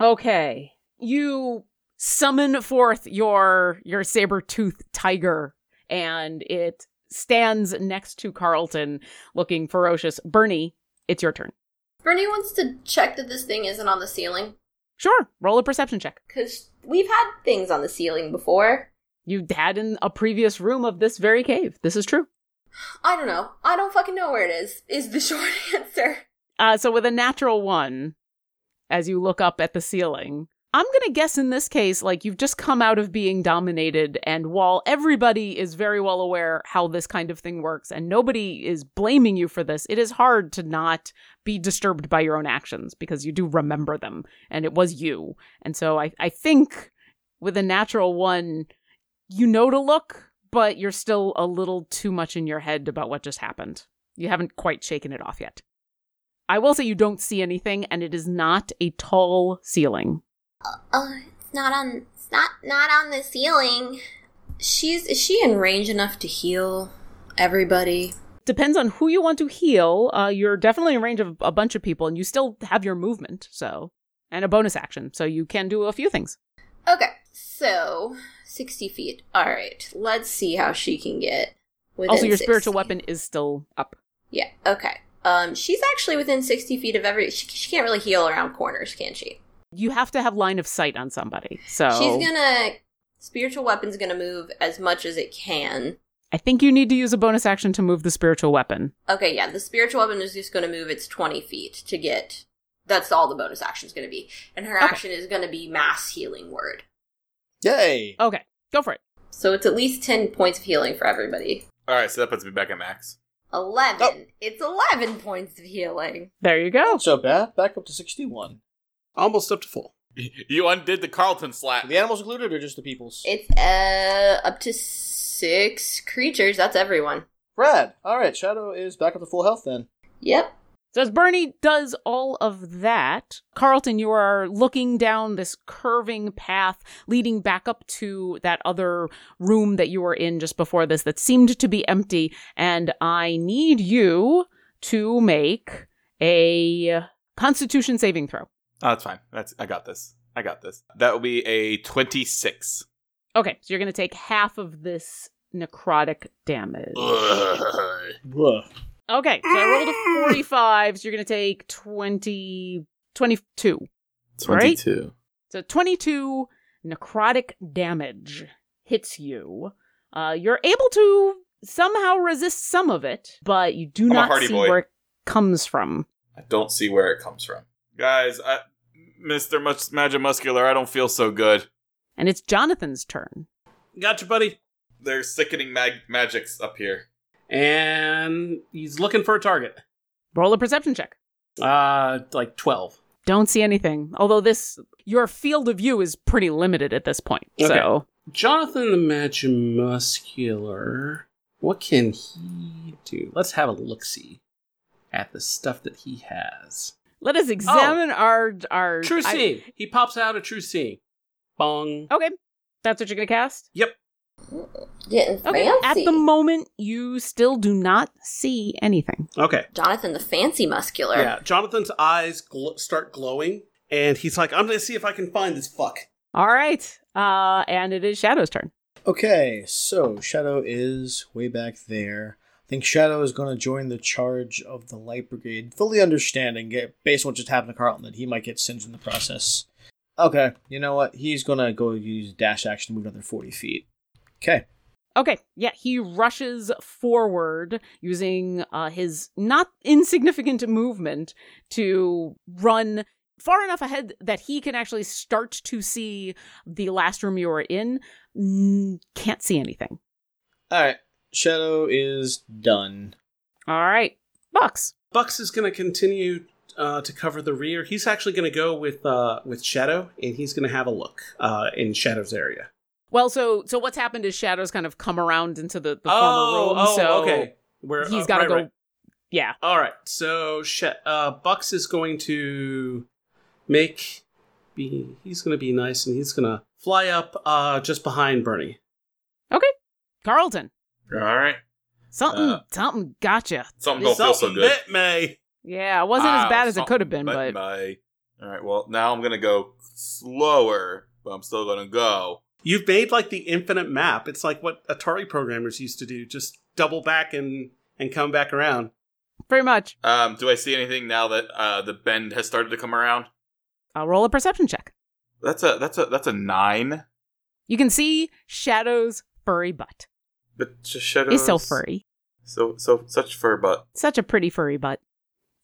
S7: Okay. You summon forth your your saber-toothed tiger and it stands next to Carlton looking ferocious. Bernie, it's your turn.
S6: Bernie wants to check that this thing isn't on the ceiling
S7: Sure, roll a perception check.
S6: because we've had things on the ceiling before.
S7: You had in a previous room of this very cave. This is true.
S6: I don't know. I don't fucking know where it is. Is the short answer.
S7: Uh, so with a natural one, as you look up at the ceiling, I'm gonna guess in this case, like you've just come out of being dominated, and while everybody is very well aware how this kind of thing works, and nobody is blaming you for this, it is hard to not be disturbed by your own actions because you do remember them, and it was you. And so I, I think with a natural one, you know to look, but you're still a little too much in your head about what just happened. You haven't quite shaken it off yet. I will say you don't see anything, and it is not a tall ceiling.
S6: Oh, it's not on. It's not not on the ceiling. She's is she in range enough to heal everybody?
S7: Depends on who you want to heal. Uh, you're definitely in range of a bunch of people, and you still have your movement, so and a bonus action, so you can do a few things.
S6: Okay, so sixty feet. All right, let's see how she can get. Within
S7: also, your
S6: 60.
S7: spiritual weapon is still up.
S6: Yeah. Okay. Um, she's actually within sixty feet of every. She, she can't really heal around corners, can she?
S7: You have to have line of sight on somebody, so
S6: She's gonna spiritual weapon's gonna move as much as it can.
S7: I think you need to use a bonus action to move the spiritual weapon.
S6: Okay, yeah, the spiritual weapon is just gonna move its twenty feet to get. That's all the bonus action's gonna be, and her
S7: Okay.
S6: action is gonna be mass healing word.
S8: Yay!
S7: Okay, go for it.
S6: So it's at least 10 points of healing for everybody.
S3: All right, so that puts me back at max.
S6: 11.
S8: Oh.
S6: It's 11 points of healing.
S7: There you go.
S8: Not so bad. Back up to 61.
S1: Almost up to full.
S3: You undid the Carlton slap.
S8: The animals included or just the peoples?
S6: It's uh up to 6 creatures. That's everyone.
S8: Brad. All right, Shadow is back up to full health then.
S6: Yep.
S7: So as Bernie does all of that, Carlton, you are looking down this curving path leading back up to that other room that you were in just before this that seemed to be empty. And I need you to make a constitution saving throw.
S3: Oh, that's fine. That's I got this. I got this. That will be a twenty-six.
S7: Okay, so you're going to take half of this necrotic damage. Okay, so I rolled a 45, so you're going to take 20, 22. Right? So 22 necrotic damage hits you. Uh, you're able to somehow resist some of it, but you do
S3: I'm a
S7: not
S3: Hardy
S7: see
S3: Boy.
S7: where it comes from.
S3: I don't see where it comes from. Guys, I, Mr. Much Magic Muscular, I don't feel so good.
S7: And it's Jonathan's turn.
S1: Gotcha, buddy.
S3: There's sickening mag- magics up here.
S1: And he's looking for a target.
S7: Roll a perception check.
S1: Uh, like 12.
S7: Don't see anything. Although this your field of view is pretty limited at this point. So
S1: Jonathan the Magic Muscular, what can he do? Let's have a look see at the stuff that he has.
S7: let us examine our our
S1: True
S7: I-
S1: Seeing. He pops out a True Seeing. Bong.
S7: Okay. That's what you're gonna cast?
S1: Yep.
S6: Getting
S7: Okay.
S6: fancy.
S7: At the moment you still do not see anything.
S1: Okay.
S6: Jonathan the fancy muscular.
S1: Yeah, Jonathan's eyes gl- start glowing, and he's like, I'm going to see if I can find this fuck.
S7: All right. Uh and it is Shadow's turn.
S8: Okay, so Shadow is way back there. I think Shadow is going to join the charge of the Light Brigade, fully understanding, get- based on what just happened to Carlton, that he might get singed in the process. Okay, you know what? He's going to go use dash action to move another 40 feet. Okay.
S7: Okay, yeah, he rushes forward using uh, his not insignificant movement to run far enough ahead that he can actually start to see the last room you were in. Mm, Can't see anything.
S8: Alright, Shadow is done.
S7: All right, Bucks.
S1: Bucks is going to continue uh, to cover the rear. He's actually going to go with uh, with Shadow, and he's going to have a look uh, in Shadow's area.
S7: Well, so so what's happened is Shadow's kind of come around into the, the
S1: Oh,
S7: former room.
S1: oh,
S7: so
S1: okay. Where-
S7: he's
S1: uh,
S7: got to
S1: right,
S7: go.
S1: right.
S7: Yeah.
S1: All right, so Sha uh, Bucks is going to make be he's going to be nice, and he's going to fly up uh, just behind Bernie.
S7: Okay, Carlton.
S3: All right.
S7: Something
S3: Uh,
S7: something gotcha.
S3: Something don't feel so good.
S1: bit me.
S7: Yeah, it wasn't as
S3: Ah,
S7: bad as it
S3: something
S7: could have been,
S3: bit
S7: but
S3: me. all right. Well, now I'm gonna go slower, but I'm still gonna go.
S1: You've made like the infinite map. It's like what Atari programmers used to do: just double back and and come back around.
S7: pretty much.
S3: Um, do I see anything now that uh, the bend has started to come around?
S7: I'll roll a perception check.
S3: That's a that's a that's a nine.
S7: You can see Shadow's furry butt.
S3: But just shadows.
S7: He's so furry.
S3: So so such fur butt.
S7: Such a pretty furry butt.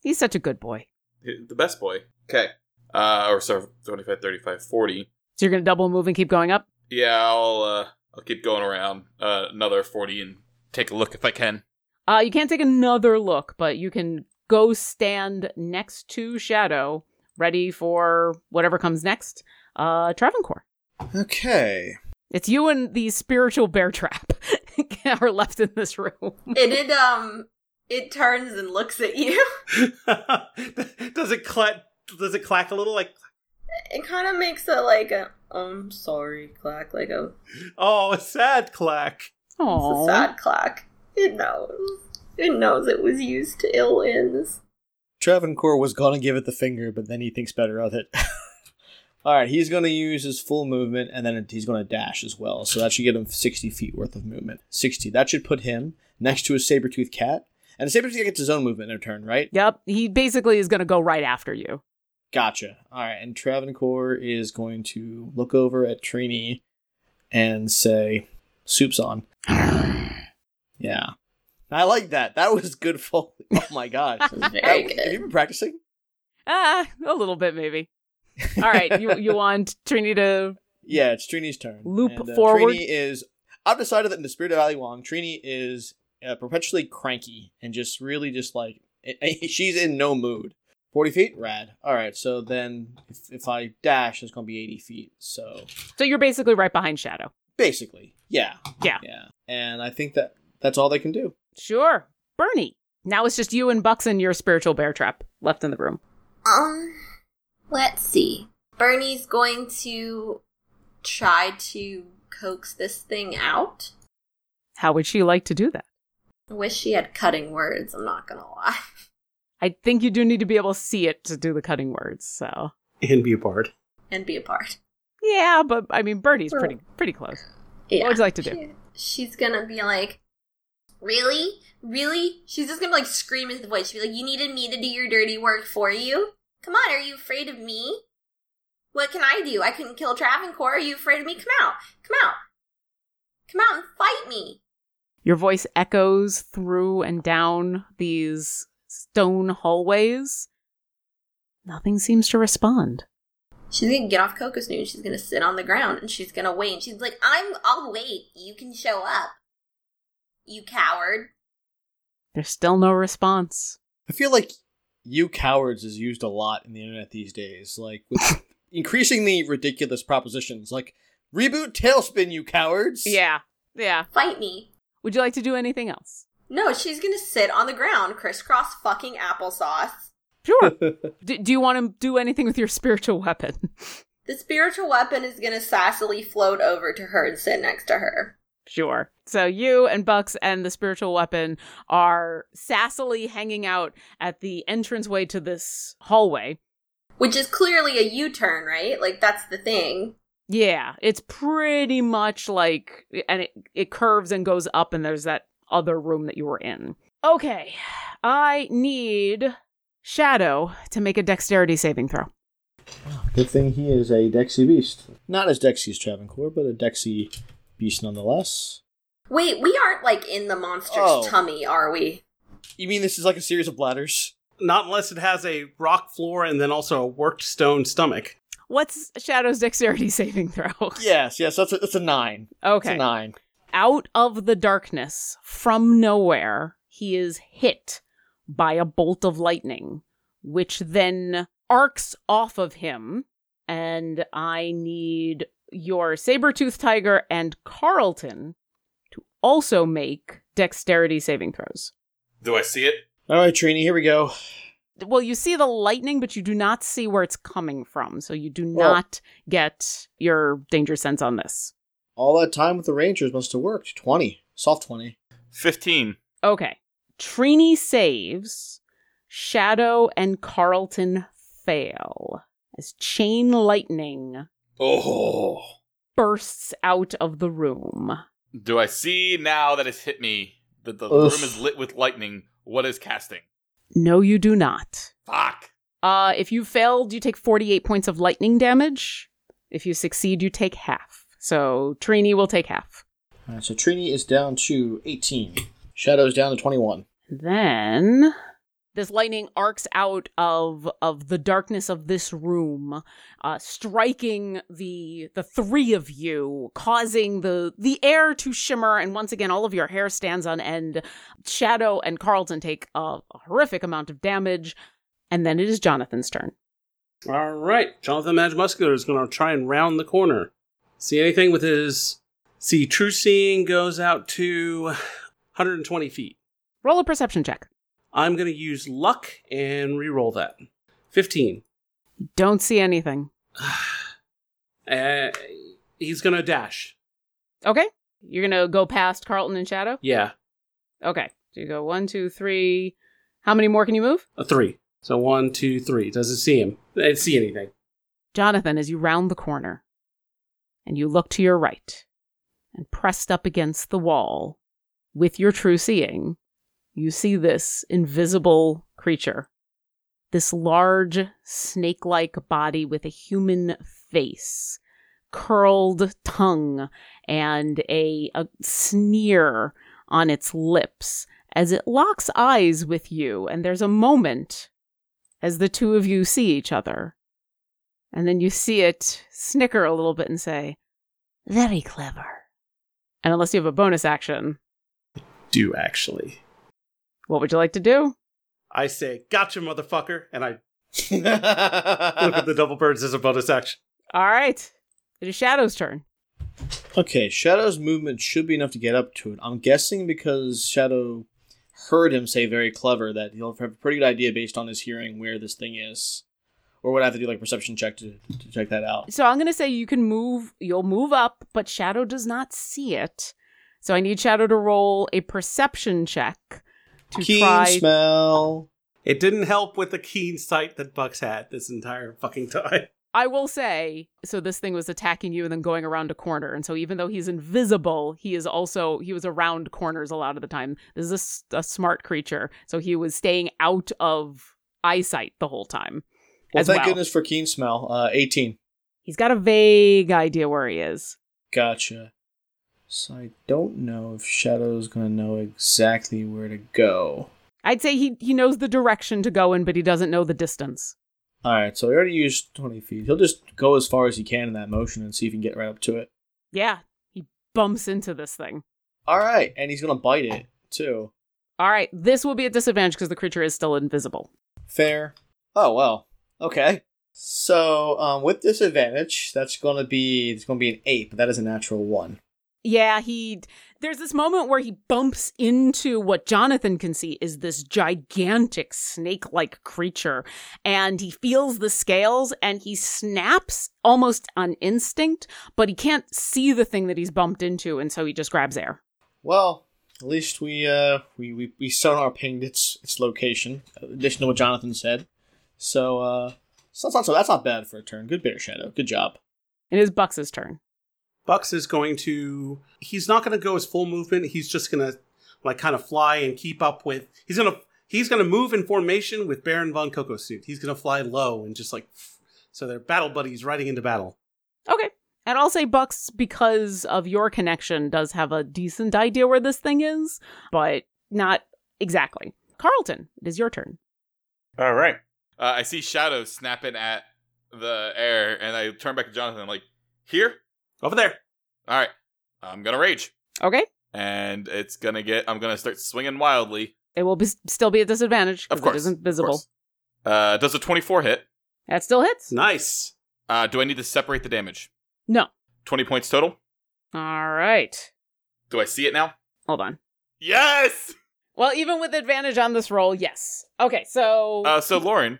S7: He's such a good boy.
S3: The best boy. Okay. Uh, or sorry, 25, 35, 40.
S7: So you're going to double move and keep going up?
S3: Yeah, I'll uh, I'll keep going around uh, another forty and take a look if I can.
S7: Uh, you can't take another look, but you can go stand next to Shadow, ready for whatever comes next. Uh, Travancore.
S8: Okay.
S7: It's you and the spiritual bear trap are left in this room.
S6: It it um it turns and looks at you.
S1: Does it clack? Does it clack a little? Like
S6: It kind of makes a like a I'm sorry clack, like a
S1: oh, a sad clack.
S6: it's a sad clack. It knows. It knows it was used to ill ends.
S8: Travancore was going to give it the finger, but then he thinks better of it. Alright, he's going to use his full movement, and then he's going to dash as well. So that should get him 60 feet worth of movement. 60. That should put him next to his saber-toothed cat. And the saber-toothed cat gets his own movement in a turn, right?
S7: Yep, he basically is going to go right after you.
S8: Gotcha. All right, and Travancore is going to look over at Trini and say, "Soup's on." yeah, I like that. That was good. Fo- oh my god,
S6: Very
S8: That- Have you been practicing?
S7: Ah, a little bit maybe. All right, you you want Trini to
S8: Yeah, it's Trini's turn.
S7: Loop
S8: And, uh,
S7: forward.
S8: Trini is. I've decided that in the spirit of Ali Wong, Trini is uh, perpetually cranky and just really just like eh, she's in no mood. Forty feet, rad. All right, so then if, if I dash, it's going to be eighty feet. So
S7: So you're basically right behind Shadow.
S8: basically, yeah.
S7: Yeah.
S8: Yeah. And I think that that's all they can do.
S7: Sure. Bernie. Now it's just you and Bucks and your spiritual bear trap left in the room.
S6: Um, let's see. Bernie's going to try to coax this thing out.
S7: How would she like to do that?
S6: I wish she had cutting words. I'm not gonna lie.
S7: I think you do need to be able to see it to do the cutting words, so
S1: And be a bard.
S6: And be a part.
S7: Yeah, but I mean Bernie's pretty pretty close. What would you like to do?
S6: She's gonna be like, really, really. She's just gonna like scream into the void. She'll be like, "You needed me to do your dirty work for you. Come on, are you afraid of me? What can I do? I couldn't kill Travancore. Are you afraid of me? Come out, come out, Come out and fight me.
S7: Your voice echoes through and down these stone hallways. Nothing seems to respond.
S6: She's gonna get off Coco's noon. She's gonna sit on the ground and she's gonna wait. And she's like, "I'm. I'll wait. You can show up. You coward."
S7: There's still no response.
S8: I feel like you cowards is used a lot in the internet these days, like with increasingly ridiculous propositions like reboot Tailspin, you cowards.
S7: Yeah, yeah.
S6: Fight me.
S7: Would you like to do anything else?
S6: No, she's gonna sit on the ground, crisscross fucking applesauce.
S7: Sure. do, do you want to do anything with your spiritual weapon?
S6: The spiritual weapon is gonna sassily float over to her and sit next to her.
S7: Sure. So you and Bucks and the spiritual weapon are sassily hanging out at the entranceway to this hallway.
S6: Which is clearly a U turn, right? Like, that's the thing.
S7: Yeah, it's pretty much like, and it, it curves and goes up, and there's that other room that you were in. Okay, I need Shadow to make a dexterity saving throw.
S8: Good thing he is a Dexy beast. Not as Dexy as Travancore, but a Dexy beast nonetheless.
S6: Wait, we aren't like in the monster's
S8: Oh.
S6: tummy, are we?
S8: You mean this is like a series of bladders?
S1: Not unless it has a rock floor and then also a worked stone stomach.
S7: What's Shadow's dexterity saving throw?
S8: Yes, yes, that's a, that's a nine.
S7: Okay.
S8: It's a nine.
S7: Out of the darkness, from nowhere, he is hit by a bolt of lightning, which then arcs off of him. And I need your saber-toothed tiger and Carlton to also make dexterity saving throws.
S3: Do I see it?
S8: All right, Trini, here we go.
S7: Well, you see the lightning, but you do not see where it's coming from. So you do
S8: Well-
S7: not get your danger sense on this.
S8: All that time with the Rangers must have worked. 20. Soft 20.
S3: 15.
S7: Okay. Trini saves. Shadow and Carlton fail as chain lightning
S3: Oh.
S7: bursts out of the room.
S3: Do I see now that it's hit me that the
S7: Oof.
S3: room is lit with lightning? What is casting?
S7: No, you do not.
S3: Fuck.
S7: Uh, if you failed, you take 48 points of lightning damage. If you succeed, you take half. So Trini will take half.
S8: All right, so Trini is down to 18. Shadow's down to 21.
S7: Then this lightning arcs out of of the darkness of this room uh striking the the three of you causing the the air to shimmer and once again all of your hair stands on end shadow and carlton take a, a horrific amount of damage and then it is jonathan's turn
S1: All right, Jonathan Madge Muscular is going to try and round the corner. See anything with his. See, true seeing goes out to 120 feet.
S7: roll a perception check
S1: I'm going to use luck and re-roll that. 15.
S7: don't see anything
S1: Uh, he's going to dash.
S7: okay you're gonna go past carlton and shadow
S1: Yeah,
S7: okay so you go one two three how many more can you move
S1: a three. So one, two, three. Doesn't see him. Doesn't see anything.
S7: Jonathan, as you round the corner and you look to your right, and pressed up against the wall with your true seeing, you see this invisible creature. This large, snake like body with a human face, curled tongue, and a, a sneer on its lips as it locks eyes with you. And there's a moment as the two of you see each other. And then you see it snicker a little bit and say, Very clever. And unless you have a bonus action,
S1: Do actually.
S7: what would you like to do?
S1: I say, gotcha, motherfucker. And I look at the double birds as a bonus action.
S7: All right. It is Shadow's turn.
S8: Okay, Shadow's movement should be enough to get up to it. I'm guessing because Shadow heard him say very clever that he'll have a pretty good idea based on his hearing where this thing is. Or would I have to do like a perception check to, to check that out?
S7: So I'm going to say you can move, you'll move up, but Shadow does not see it. So I need Shadow to roll a perception check to
S8: Keen
S7: try.
S8: smell.
S1: It didn't help with the keen sight that Bucks had this entire fucking time.
S7: I will say, so this thing was attacking you and then going around a corner. And so even though he's invisible, he is also, he was around corners a lot of the time. This is a s- a, smart creature. So he was staying out of eyesight the whole time.
S8: Well,
S7: as
S8: thank
S7: well.
S8: goodness for keen smell. Uh, 18.
S7: He's got a vague idea where he is.
S8: Gotcha. So I don't know if Shadow's gonna know exactly where to go.
S7: I'd say he he knows the direction to go in, but he doesn't know the distance.
S8: All right, so he already used twenty feet. He'll just go as far as he can in that motion and see if he can get right up to it.
S7: Yeah, he bumps into this thing.
S8: All right, and he's gonna bite it too.
S7: All right, this will be a disadvantage because the creature is still invisible.
S8: Fair. Oh well. Okay. So um, with disadvantage, that's gonna be it's gonna be an eight, but that is a natural one.
S7: Yeah, he there's this moment where he bumps into what Jonathan can see is this gigantic snake-like creature and he feels the scales and he snaps almost on instinct, but he can't see the thing that he's bumped into and so he just grabs air.
S8: Well, at least we uh we we, we sonar pinged its its location, in addition to what Jonathan said. So uh so that's not so that's not bad for a turn. Good bear shadow. Good job.
S7: It is Bucks' turn.
S1: Bucks is going to he's not going to go his full movement. He's just going to like kind of fly and keep up with. He's going to he's going to move in formation with Baron von Coco suit. He's going to fly low and just like so they're battle buddies riding into battle.
S7: Okay. And I'll say Bucks because of your connection does have a decent idea where this thing is, but not exactly. Carlton, it is your turn.
S3: All right. Uh, I see shadows snapping at the air, and I turn back to Jonathan. I'm like, here?
S1: Over there.
S3: All right. I'm going to rage.
S7: Okay.
S3: And it's going to get, I'm going to start swinging wildly.
S7: It will be, still be a disadvantage
S3: Of
S7: because
S3: course.
S7: it isn't
S3: of
S7: visible.
S3: course. Uh, does a 24 hit?
S7: That still hits?
S1: Nice.
S3: Uh, do I need to separate the damage?
S7: No.
S3: 20 points total?
S7: All right.
S3: Do I see it now?
S7: Hold on.
S3: Yes!
S7: Well, even with advantage on this roll, yes. Okay, so
S3: Uh, so, Lauren,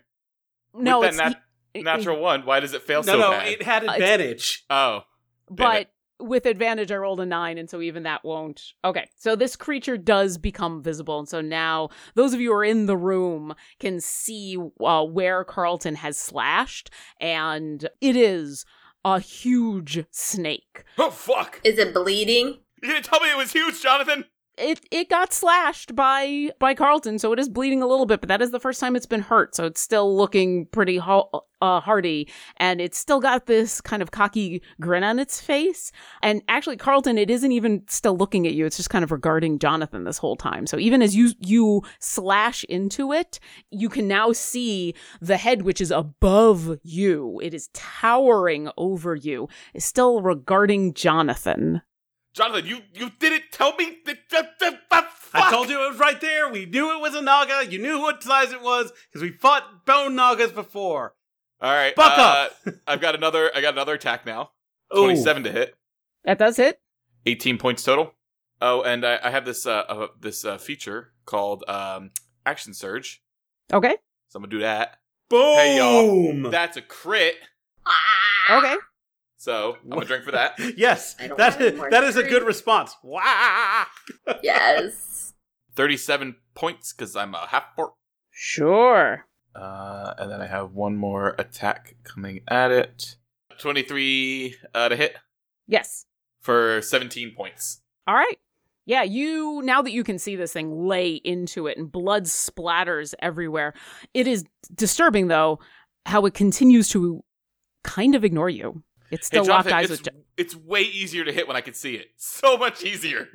S7: Oh. no,
S3: with
S7: it's
S3: that nat- natural one, why does it fail
S1: No,
S3: so
S1: no,
S3: bad?
S1: it had
S7: Uh, it's-
S1: advantage.
S3: oh. damn
S7: but
S3: it.
S7: with advantage i rolled a nine and so even that won't okay so this creature does become visible and so now those of you who are in the room can see uh, where carlton has slashed and it is a huge snake
S3: Oh, fuck!
S6: Is it bleeding?
S3: You didn't tell me it was huge, Jonathan!
S7: it it got slashed by by carlton so it is bleeding a little bit but that is the first time it's been hurt so it's still looking pretty ho- uh, hardy and it's still got this kind of cocky grin on its face and actually carlton it isn't even still looking at you it's just kind of regarding jonathan this whole time so even as you you slash into it you can now see the head which is above you it is towering over you is still regarding jonathan
S3: Jonathan, you, you didn't tell me that. that- that- that-
S1: I
S3: fuck!
S1: told you it was right there. We knew it was a naga. You knew what size it was because we fought bone nagas before.
S3: All right.
S1: Buck
S3: uh,
S1: up.
S3: I've got another. I got another attack now.
S1: Ooh.
S3: Twenty-seven to hit.
S7: that does hit
S3: Eighteen points total. Oh, and I, I have this uh, uh this uh, feature called um action surge.
S7: okay
S3: So I'm gonna do that.
S1: Boom!
S3: Hey
S1: Hmm.
S3: y'all, that's a crit.
S7: okay
S3: So I'm gonna drink for that.
S1: yes,
S6: I don't
S1: that
S6: have any
S1: is,
S6: more
S1: that is a
S6: three.
S1: good response. Wow.
S6: Yes.
S3: Thirty-seven points because I'm a half orc.
S7: Sure.
S3: Uh, and then I have one more attack coming at it. Twenty-three uh, to hit
S7: Yes.
S3: for seventeen points.
S7: All right. Yeah, you now that you can see this thing lay into it and blood splatters everywhere. It is disturbing though how it continues to kind of ignore you. It's still
S3: hey,
S7: locked
S3: Jonathan,
S7: eyes
S3: it's,
S7: with. Jo-
S3: it's way easier to hit when I can see it. So much easier.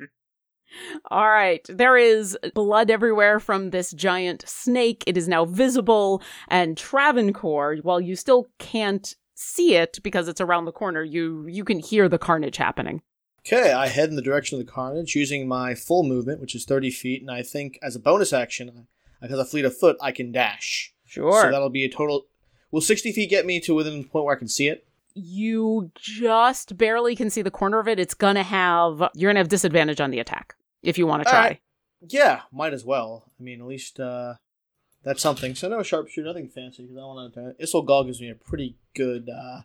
S7: All right. There is blood everywhere from this giant snake. It is now visible. And Travancore, while you still can't see it because it's around the corner, you you can hear the carnage happening.
S8: Okay, I head in the direction of the carnage using my full movement, which is 30 feet, and I think as a bonus action, because I fleet of foot, I can dash.
S7: Sure.
S8: So that'll be a total. Will 60 feet get me to within the point where I can see it?
S7: you just barely can see the corner of it. It's gonna have you're gonna have disadvantage on the attack if you want to try.
S8: Alright. Yeah, might as well. I mean, at least uh, that's something. So no sharpshoot, nothing fancy, because I want to. Issel Gall gives me a pretty good uh,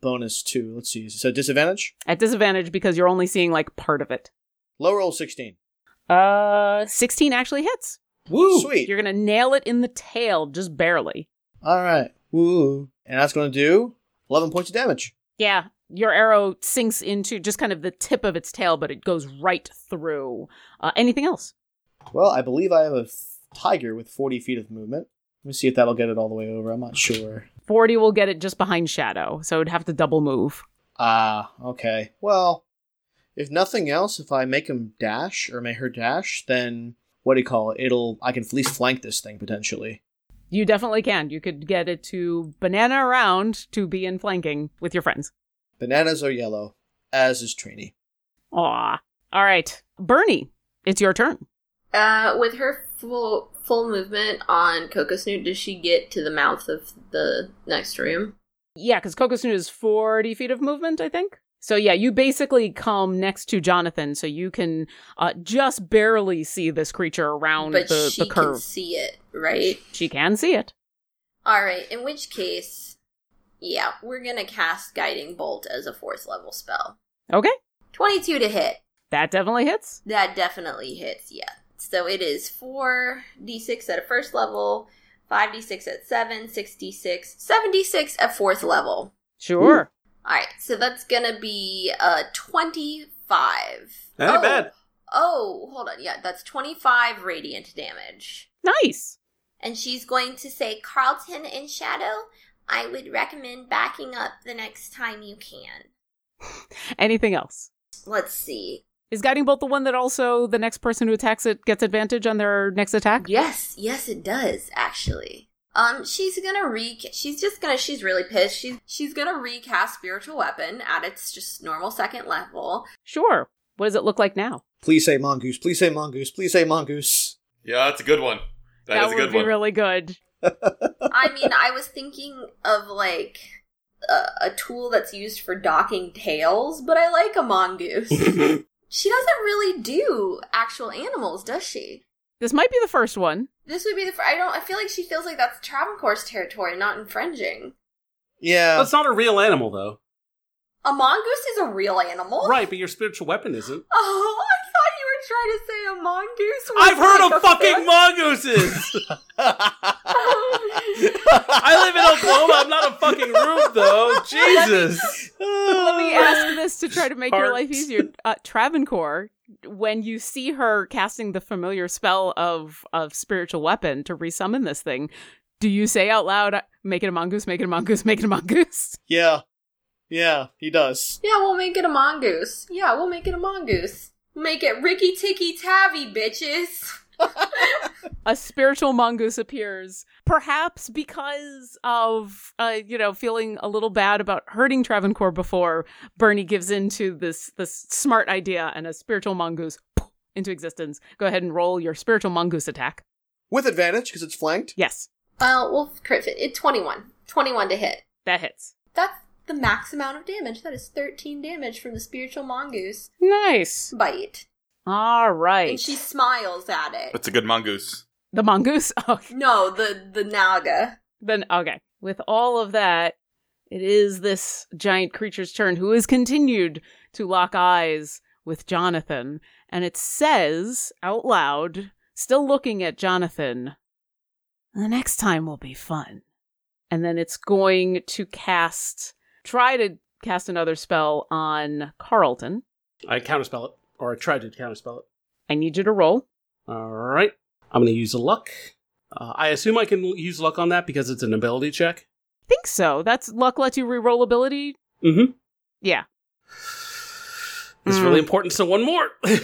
S8: bonus too. Let's see. So disadvantage?
S7: At disadvantage because you're only seeing like part of it.
S8: Low roll 16.
S7: Uh, sixteen actually hits.
S1: Woo!
S8: Sweet.
S7: You're gonna nail it in the tail just barely.
S8: All right. Woo. And that's going to do 11 points of damage.
S7: Yeah, your arrow sinks into just kind of the tip of its tail, but it goes right through. Uh, anything else?
S8: Well, I believe I have a f- tiger with 40 feet of movement. Let me see if that'll get it all the way over. I'm not sure.
S7: Forty will get it just behind shadow, so it'd have to double move.
S8: Ah, okay. Well, If nothing else, if I make him dash or make her dash, then what do you call it? It'll I can at least flank this thing potentially.
S7: You definitely can. You could get it to banana around to be in flanking with your friends.
S8: Bananas are yellow, as is Trini.
S7: Aw. All right. Bernie, it's your turn.
S6: Uh, with her full full movement on Coco Snoot, does she get to the mouth of the next room?
S7: Yeah, because Coco Snoot is 40 feet of movement, I think. So yeah, you basically come next to Jonathan, so you can uh, just barely see this creature around
S6: But
S7: the,
S6: she
S7: the curve.
S6: can see it, right?
S7: She can see it.
S6: All right. In which case, yeah, we're gonna cast Guiding Bolt as a fourth level spell.
S7: Okay,
S6: Twenty-two to hit.
S7: that definitely hits.
S6: That definitely hits. Yeah. So it is four d6 at a first level, five d6 at seven, six d6, seven d6 at fourth level.
S7: Sure.
S6: All right. So that's gonna be uh twenty-five.
S1: That ain't
S6: oh,
S1: bad.
S6: Oh, hold on. Yeah, that's twenty-five radiant damage.
S7: Nice.
S6: And she's going to say, Carlton in Shadow, I would recommend backing up the next time you can.
S7: Anything else?
S6: Let's see.
S7: Is guiding bolt the one that also the next person who attacks it gets advantage on their next attack?
S6: Yes, yes, it does, actually. Um, she's gonna re. She's just gonna. She's really pissed. She's she's gonna recast spiritual weapon at its just normal second level.
S7: Sure. What does it look like now?
S8: Please say mongoose. Please say mongoose. Please say mongoose.
S3: Yeah, that's a good one.
S7: that would be really good.
S6: I mean, I was thinking of like a, a tool that's used for docking tails, but I like a mongoose. she doesn't really do actual animals, does she?
S7: This might be the first one.
S6: This would be the. Fir- I don't. I feel like she feels like that's Travancore's territory, not infringing.
S8: Yeah.
S1: That's not a real animal, though.
S6: A mongoose is a real animal,
S1: Right, but your spiritual weapon isn't.
S6: Oh, I thought you were trying to say a mongoose. was like
S1: I've heard of
S6: a
S1: fucking
S6: fish.
S1: mongooses! I live in Oklahoma. I'm not a fucking rube, though. Jesus.
S7: Let me ask this to try to make your
S1: Heart.
S7: life easier. Uh, Travancore, when you see her casting the familiar spell of of spiritual weapon to resummon this thing, do you say out loud, "Make it a mongoose, make it a mongoose, make it a mongoose"?
S8: Yeah. Yeah, he does.
S6: Yeah, we'll make it a mongoose. Yeah, we'll make it a mongoose. Make it Ricky Ticky Tavi, bitches.
S7: a spiritual mongoose appears, perhaps because of uh, you know feeling a little bad about hurting Travancore before. Bernie gives into this this smart idea, and a spiritual mongoose poof, into existence. Go ahead and roll your spiritual mongoose attack.
S8: With advantage because it's flanked.
S7: Yes,
S6: Well, we'll crit it. It 21. 21 to hit.
S7: that hits.
S6: That's the max amount of damage. That is 13 damage from the spiritual mongoose
S7: Nice.
S6: bite.
S7: All
S6: And
S7: right.
S6: she smiles at it.
S3: That's a good mongoose.
S7: The mongoose. Oh,
S6: No, the the naga.
S7: then okay. With all of that, it is this giant creature's turn who is continued to lock eyes with Jonathan, and it says out loud, still looking at Jonathan, "The next time will be fun." And then it's going to cast try to cast another spell on Carlton.
S1: I counterspell it, or I tried to counterspell it.
S7: I need you to roll.
S1: All right. I'm going to use a luck. Uh, I assume I can use luck on that because it's an ability check.
S7: Think so. That's luck lets you reroll ability.
S1: Mm-hmm.
S7: Yeah.
S1: It's
S7: Mm.
S1: really important. So one more. uh,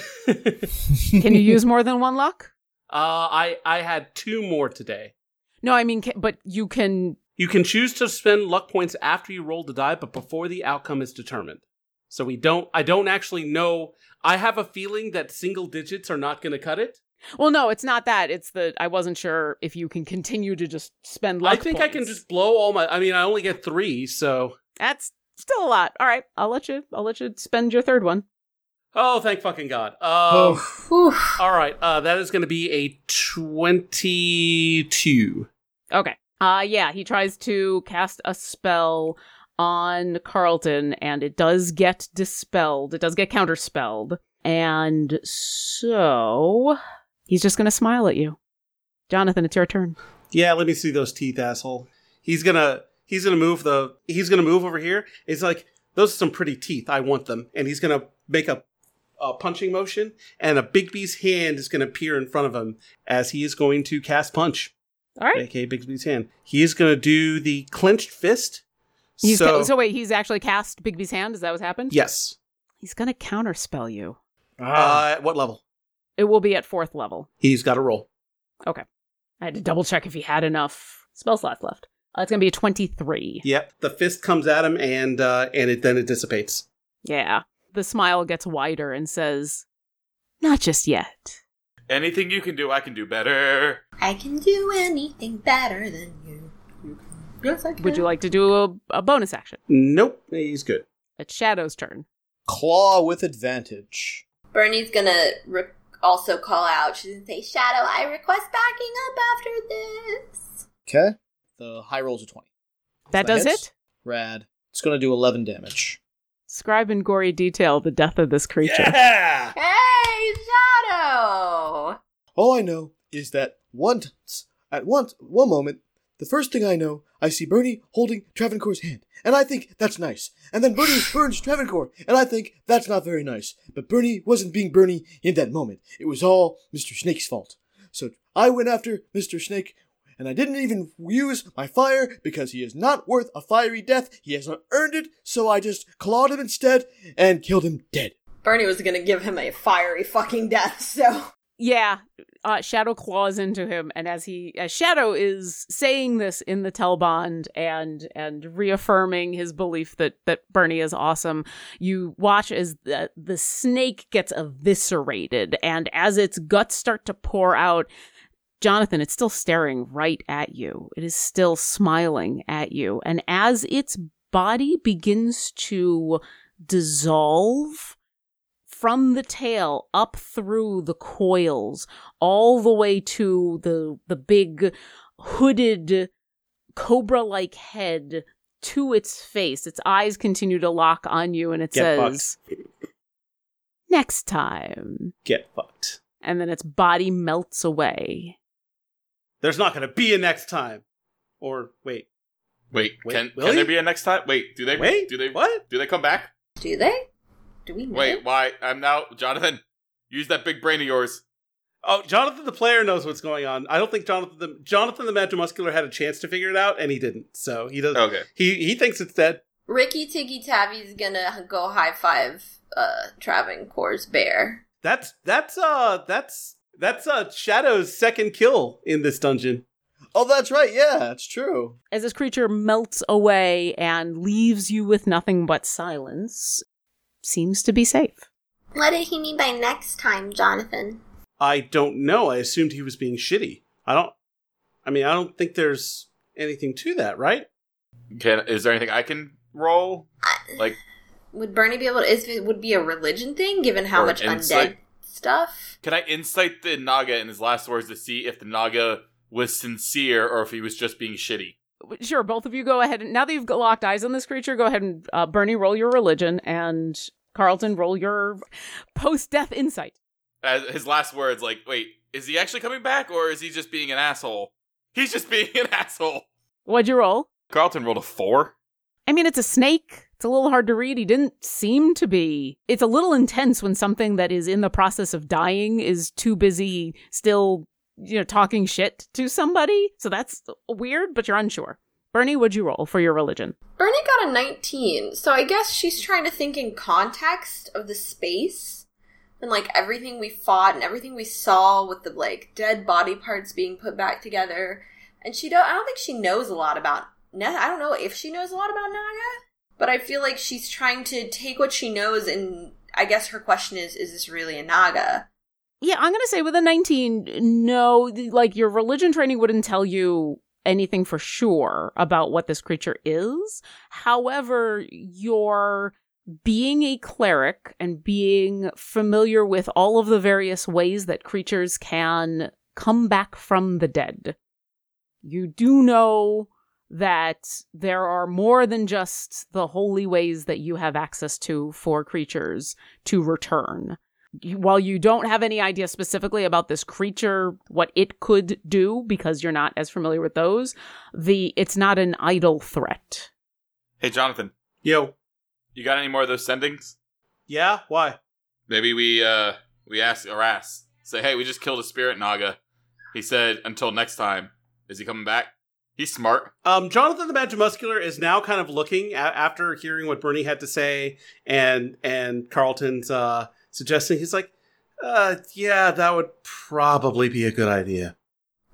S7: Can you use more than one luck?
S1: Uh, I I had two more today.
S7: No, I mean, ca- but you can.
S1: You can choose to spend luck points after you roll the die, but before the outcome is determined. So we don't. I don't actually know. I have a feeling that single digits are not going to cut it.
S7: Well, no, it's not that. It's the I wasn't sure if you can continue to just spend. Luck
S1: I think I can
S7: points.
S1: just blow all my. I mean, I only get three, so.
S7: That's still a lot. All right, I'll let you. I'll let you spend your third one.
S1: Oh, thank fucking god. Um,
S7: Oh.
S1: All right. Uh, that is going to be a twenty-two.
S7: Okay. Uh yeah, he tries to cast a spell on Carlton and it does get dispelled. It does get counterspelled. And so he's just going to smile at you. Jonathan, it's your turn.
S1: Yeah, let me see those teeth, asshole. He's gonna he's gonna move the he's gonna move over here. He's like, those are some pretty teeth. I want them. And he's gonna make a, a punching motion, and a Bigby's hand is gonna appear in front of him as he is going to cast punch.
S7: All right.
S1: aka Bigby's hand. He is gonna do the clenched fist.
S7: He's
S1: so,
S7: so wait, he's actually cast Bigby's hand. Is that what's happened?
S1: yes,
S7: He's going to counterspell you.
S1: Uh, what level?
S7: It will be at fourth level.
S1: He's got to roll.
S7: Okay. I had to double check if he had enough spell slots left. Uh, it's going to be a 23.
S1: Yep. The fist comes at him, and uh, and it then it dissipates.
S7: Yeah. The smile gets wider and says, Not just yet.
S3: Anything you can do, I can do better.
S6: I can do anything better than you. You can- Yes, I can.
S7: Would you like to do a, a bonus action?
S1: Nope. He's good.
S7: It's Shadow's turn.
S8: Claw with advantage.
S6: Bernie's gonna re- also call out. She's gonna say, "Shadow, I request backing up after this."
S8: Okay. The high rolls are 20.
S7: That does
S8: hits?
S7: it?
S8: Rad. It's going to do 11 damage.
S7: Describe in gory detail the death of this creature.
S8: Yeah!
S6: Hey, Shadow!
S8: All I know is that once, at once, one moment, the first thing I know, I see Bernie holding Travancore's hand, and I think that's nice. And then Bernie burns Travancore, and I think that's not very nice. But Bernie wasn't being Bernie in that moment. It was all Mr. Snake's fault. So I went after Mr. Snake, and I didn't even use my fire because he is not worth a fiery death. He has not earned it, so I just clawed him instead and killed him dead.
S6: Bernie was gonna give him a fiery fucking death. So
S7: Yeah, uh, Shadow claws into him, and as he, as Shadow is saying this in the Telbond and and reaffirming his belief that that Bernie is awesome, you watch as the the snake gets eviscerated, and as its guts start to pour out, Jonathan, it's still staring right at you. It is still smiling at you, and as its body begins to dissolve from the tail up through the coils all the way to the the big hooded cobra like head to its face its eyes continue to lock on you and it
S1: Get
S7: says next time
S1: Get fucked.
S7: and then its body melts away
S1: There's not going to be a next time. Or wait,
S3: Wait,
S1: Wait,
S3: can
S1: will
S3: can there
S1: he?
S3: be a next time? Wait, do they
S1: Wait,
S3: Do they
S1: what?
S3: Do they come back?
S6: do they? Do we? know?
S3: Wait, why? I'm now Jonathan. Use that big brain of yours.
S1: Oh, Jonathan the player knows what's going on. I don't think Jonathan the Jonathan the Magimuscular had a chance to figure it out, and he didn't. So he doesn't.
S3: Okay.
S1: He he thinks it's dead.
S6: Ricky Tiggy Tabby's gonna go high five uh Travancore's bear.
S1: That's that's uh that's that's uh Shadow's second kill in this dungeon.
S8: Oh, that's right. Yeah, that's true.
S7: as this creature melts away and leaves you with nothing but silence seems to be safe
S6: What did he mean by next time, Jonathan?
S1: I don't know. I assumed he was being shitty. I don't. I mean, I don't think there's anything to that, right?
S3: Can is there anything I can roll? Like
S6: Would Bernie be able to? Is it would be a religion thing, given how
S3: Or
S6: much
S3: insight.
S6: undead stuff?
S3: Can I insight the Naga in his last words to see if the Naga was sincere or if he was just being shitty?
S7: sure both of you go ahead and now that you've got locked eyes on this creature go ahead and uh, bernie roll your religion and carlton roll your post-death insight
S3: As his last words, like, wait, is he actually coming back or is he just being an asshole? He's just being an asshole.
S7: what'd you roll
S3: Carlton rolled a four.
S7: i mean it's a snake it's a little hard to read he didn't seem to be it's a little intense when something that is in the process of dying is too busy still you know talking shit to somebody so that's weird but you're unsure bernie what'd you roll for your religion
S6: Bernie got a 19, so I guess she's trying to think in context of the space and like everything we fought and everything we saw with the like dead body parts being put back together. And she don't I don't think she knows a lot about Na- I don't know if she knows a lot about Naga, but I feel like she's trying to take what she knows and I guess her question is is this really a Naga?
S7: Yeah, I'm gonna say with a 19, no, th- like your religion training wouldn't tell you anything for sure about what this creature is. However, your being a cleric and being familiar with all of the various ways that creatures can come back from the dead, you do know that there are more than just the holy ways that you have access to for creatures to return you- while you don't have any idea specifically about this creature, what it could do, because you're not as familiar with those, the it's not an idle threat.
S3: Hey Jonathan,
S1: Yo,
S3: you got any more of those sendings?
S1: yeah. Why?
S3: Maybe we uh we ask Aras. Say, hey, we just killed a spirit Naga. He said, until next time. Is he coming back? He's smart.
S1: Um, Jonathan the Magimuscular is now kind of looking a- after hearing what Bernie had to say, and and Carlton's uh, suggesting he's like, uh, yeah, that would probably be a good idea.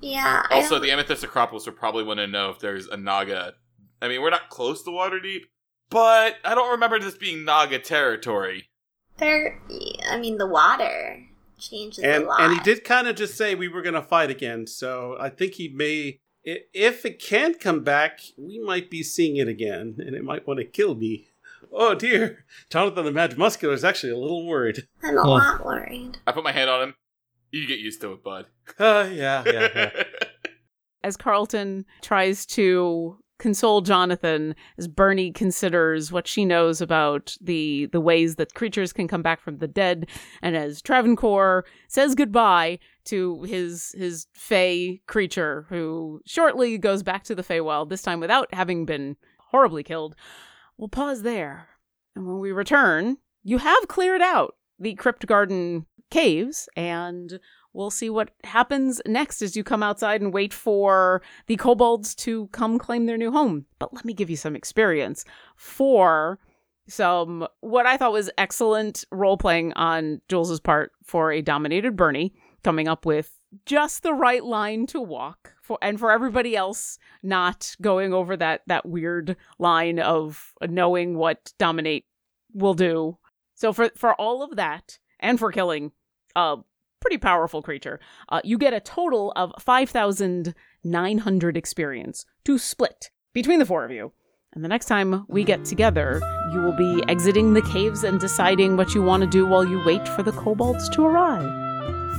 S6: Yeah. I
S3: Also, the Amethyst Acropolis would probably want to know if there's a Naga. I mean, we're not close to Waterdeep, but I don't remember this being Naga territory.
S6: There, I mean, the water changes
S1: And
S6: a lot.
S1: and he did kind of just say we were going to fight again, so I think he may, i- if it can come back, we might be seeing it again, and it might want to kill me. Oh dear, Jonathan the Magimuscular is actually a little worried.
S6: I'm a lot worried.
S3: I put my hand on him. You get used to it, bud.
S1: Uh, yeah, yeah, yeah.
S7: as Carlton tries to console Jonathan, as Bernie considers what she knows about the the ways that creatures can come back from the dead, and as Travancore says goodbye to his his Fey creature, who shortly goes back to the Feywild, this time without having been horribly killed. We'll pause there, and when we return, you have cleared out the Crypt Garden caves and we'll see what happens next as you come outside and wait for the kobolds to come claim their new home. But let me give you some experience for some what I thought was excellent role playing on Jules's part for a dominated Bernie, coming up with just the right line to walk for and for everybody else not going over that that weird line of knowing what dominate will do. So for for all of that and for killing um, a pretty powerful creature, uh, you get a total of five thousand nine hundred experience to split between the four of you. And the next time we get together, you will be exiting the caves and deciding what you want to do while you wait for the kobolds to arrive.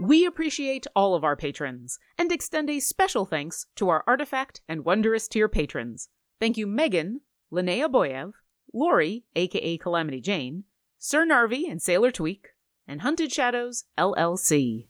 S7: We appreciate all of our patrons and extend a special thanks to our Artifact and Wondrous Tier patrons. Thank you, Megan, Linnea Boyev, Lori, aka Calamity Jane, Sir Narvi and Sailor Tweak, and Hunted Shadows, LLC.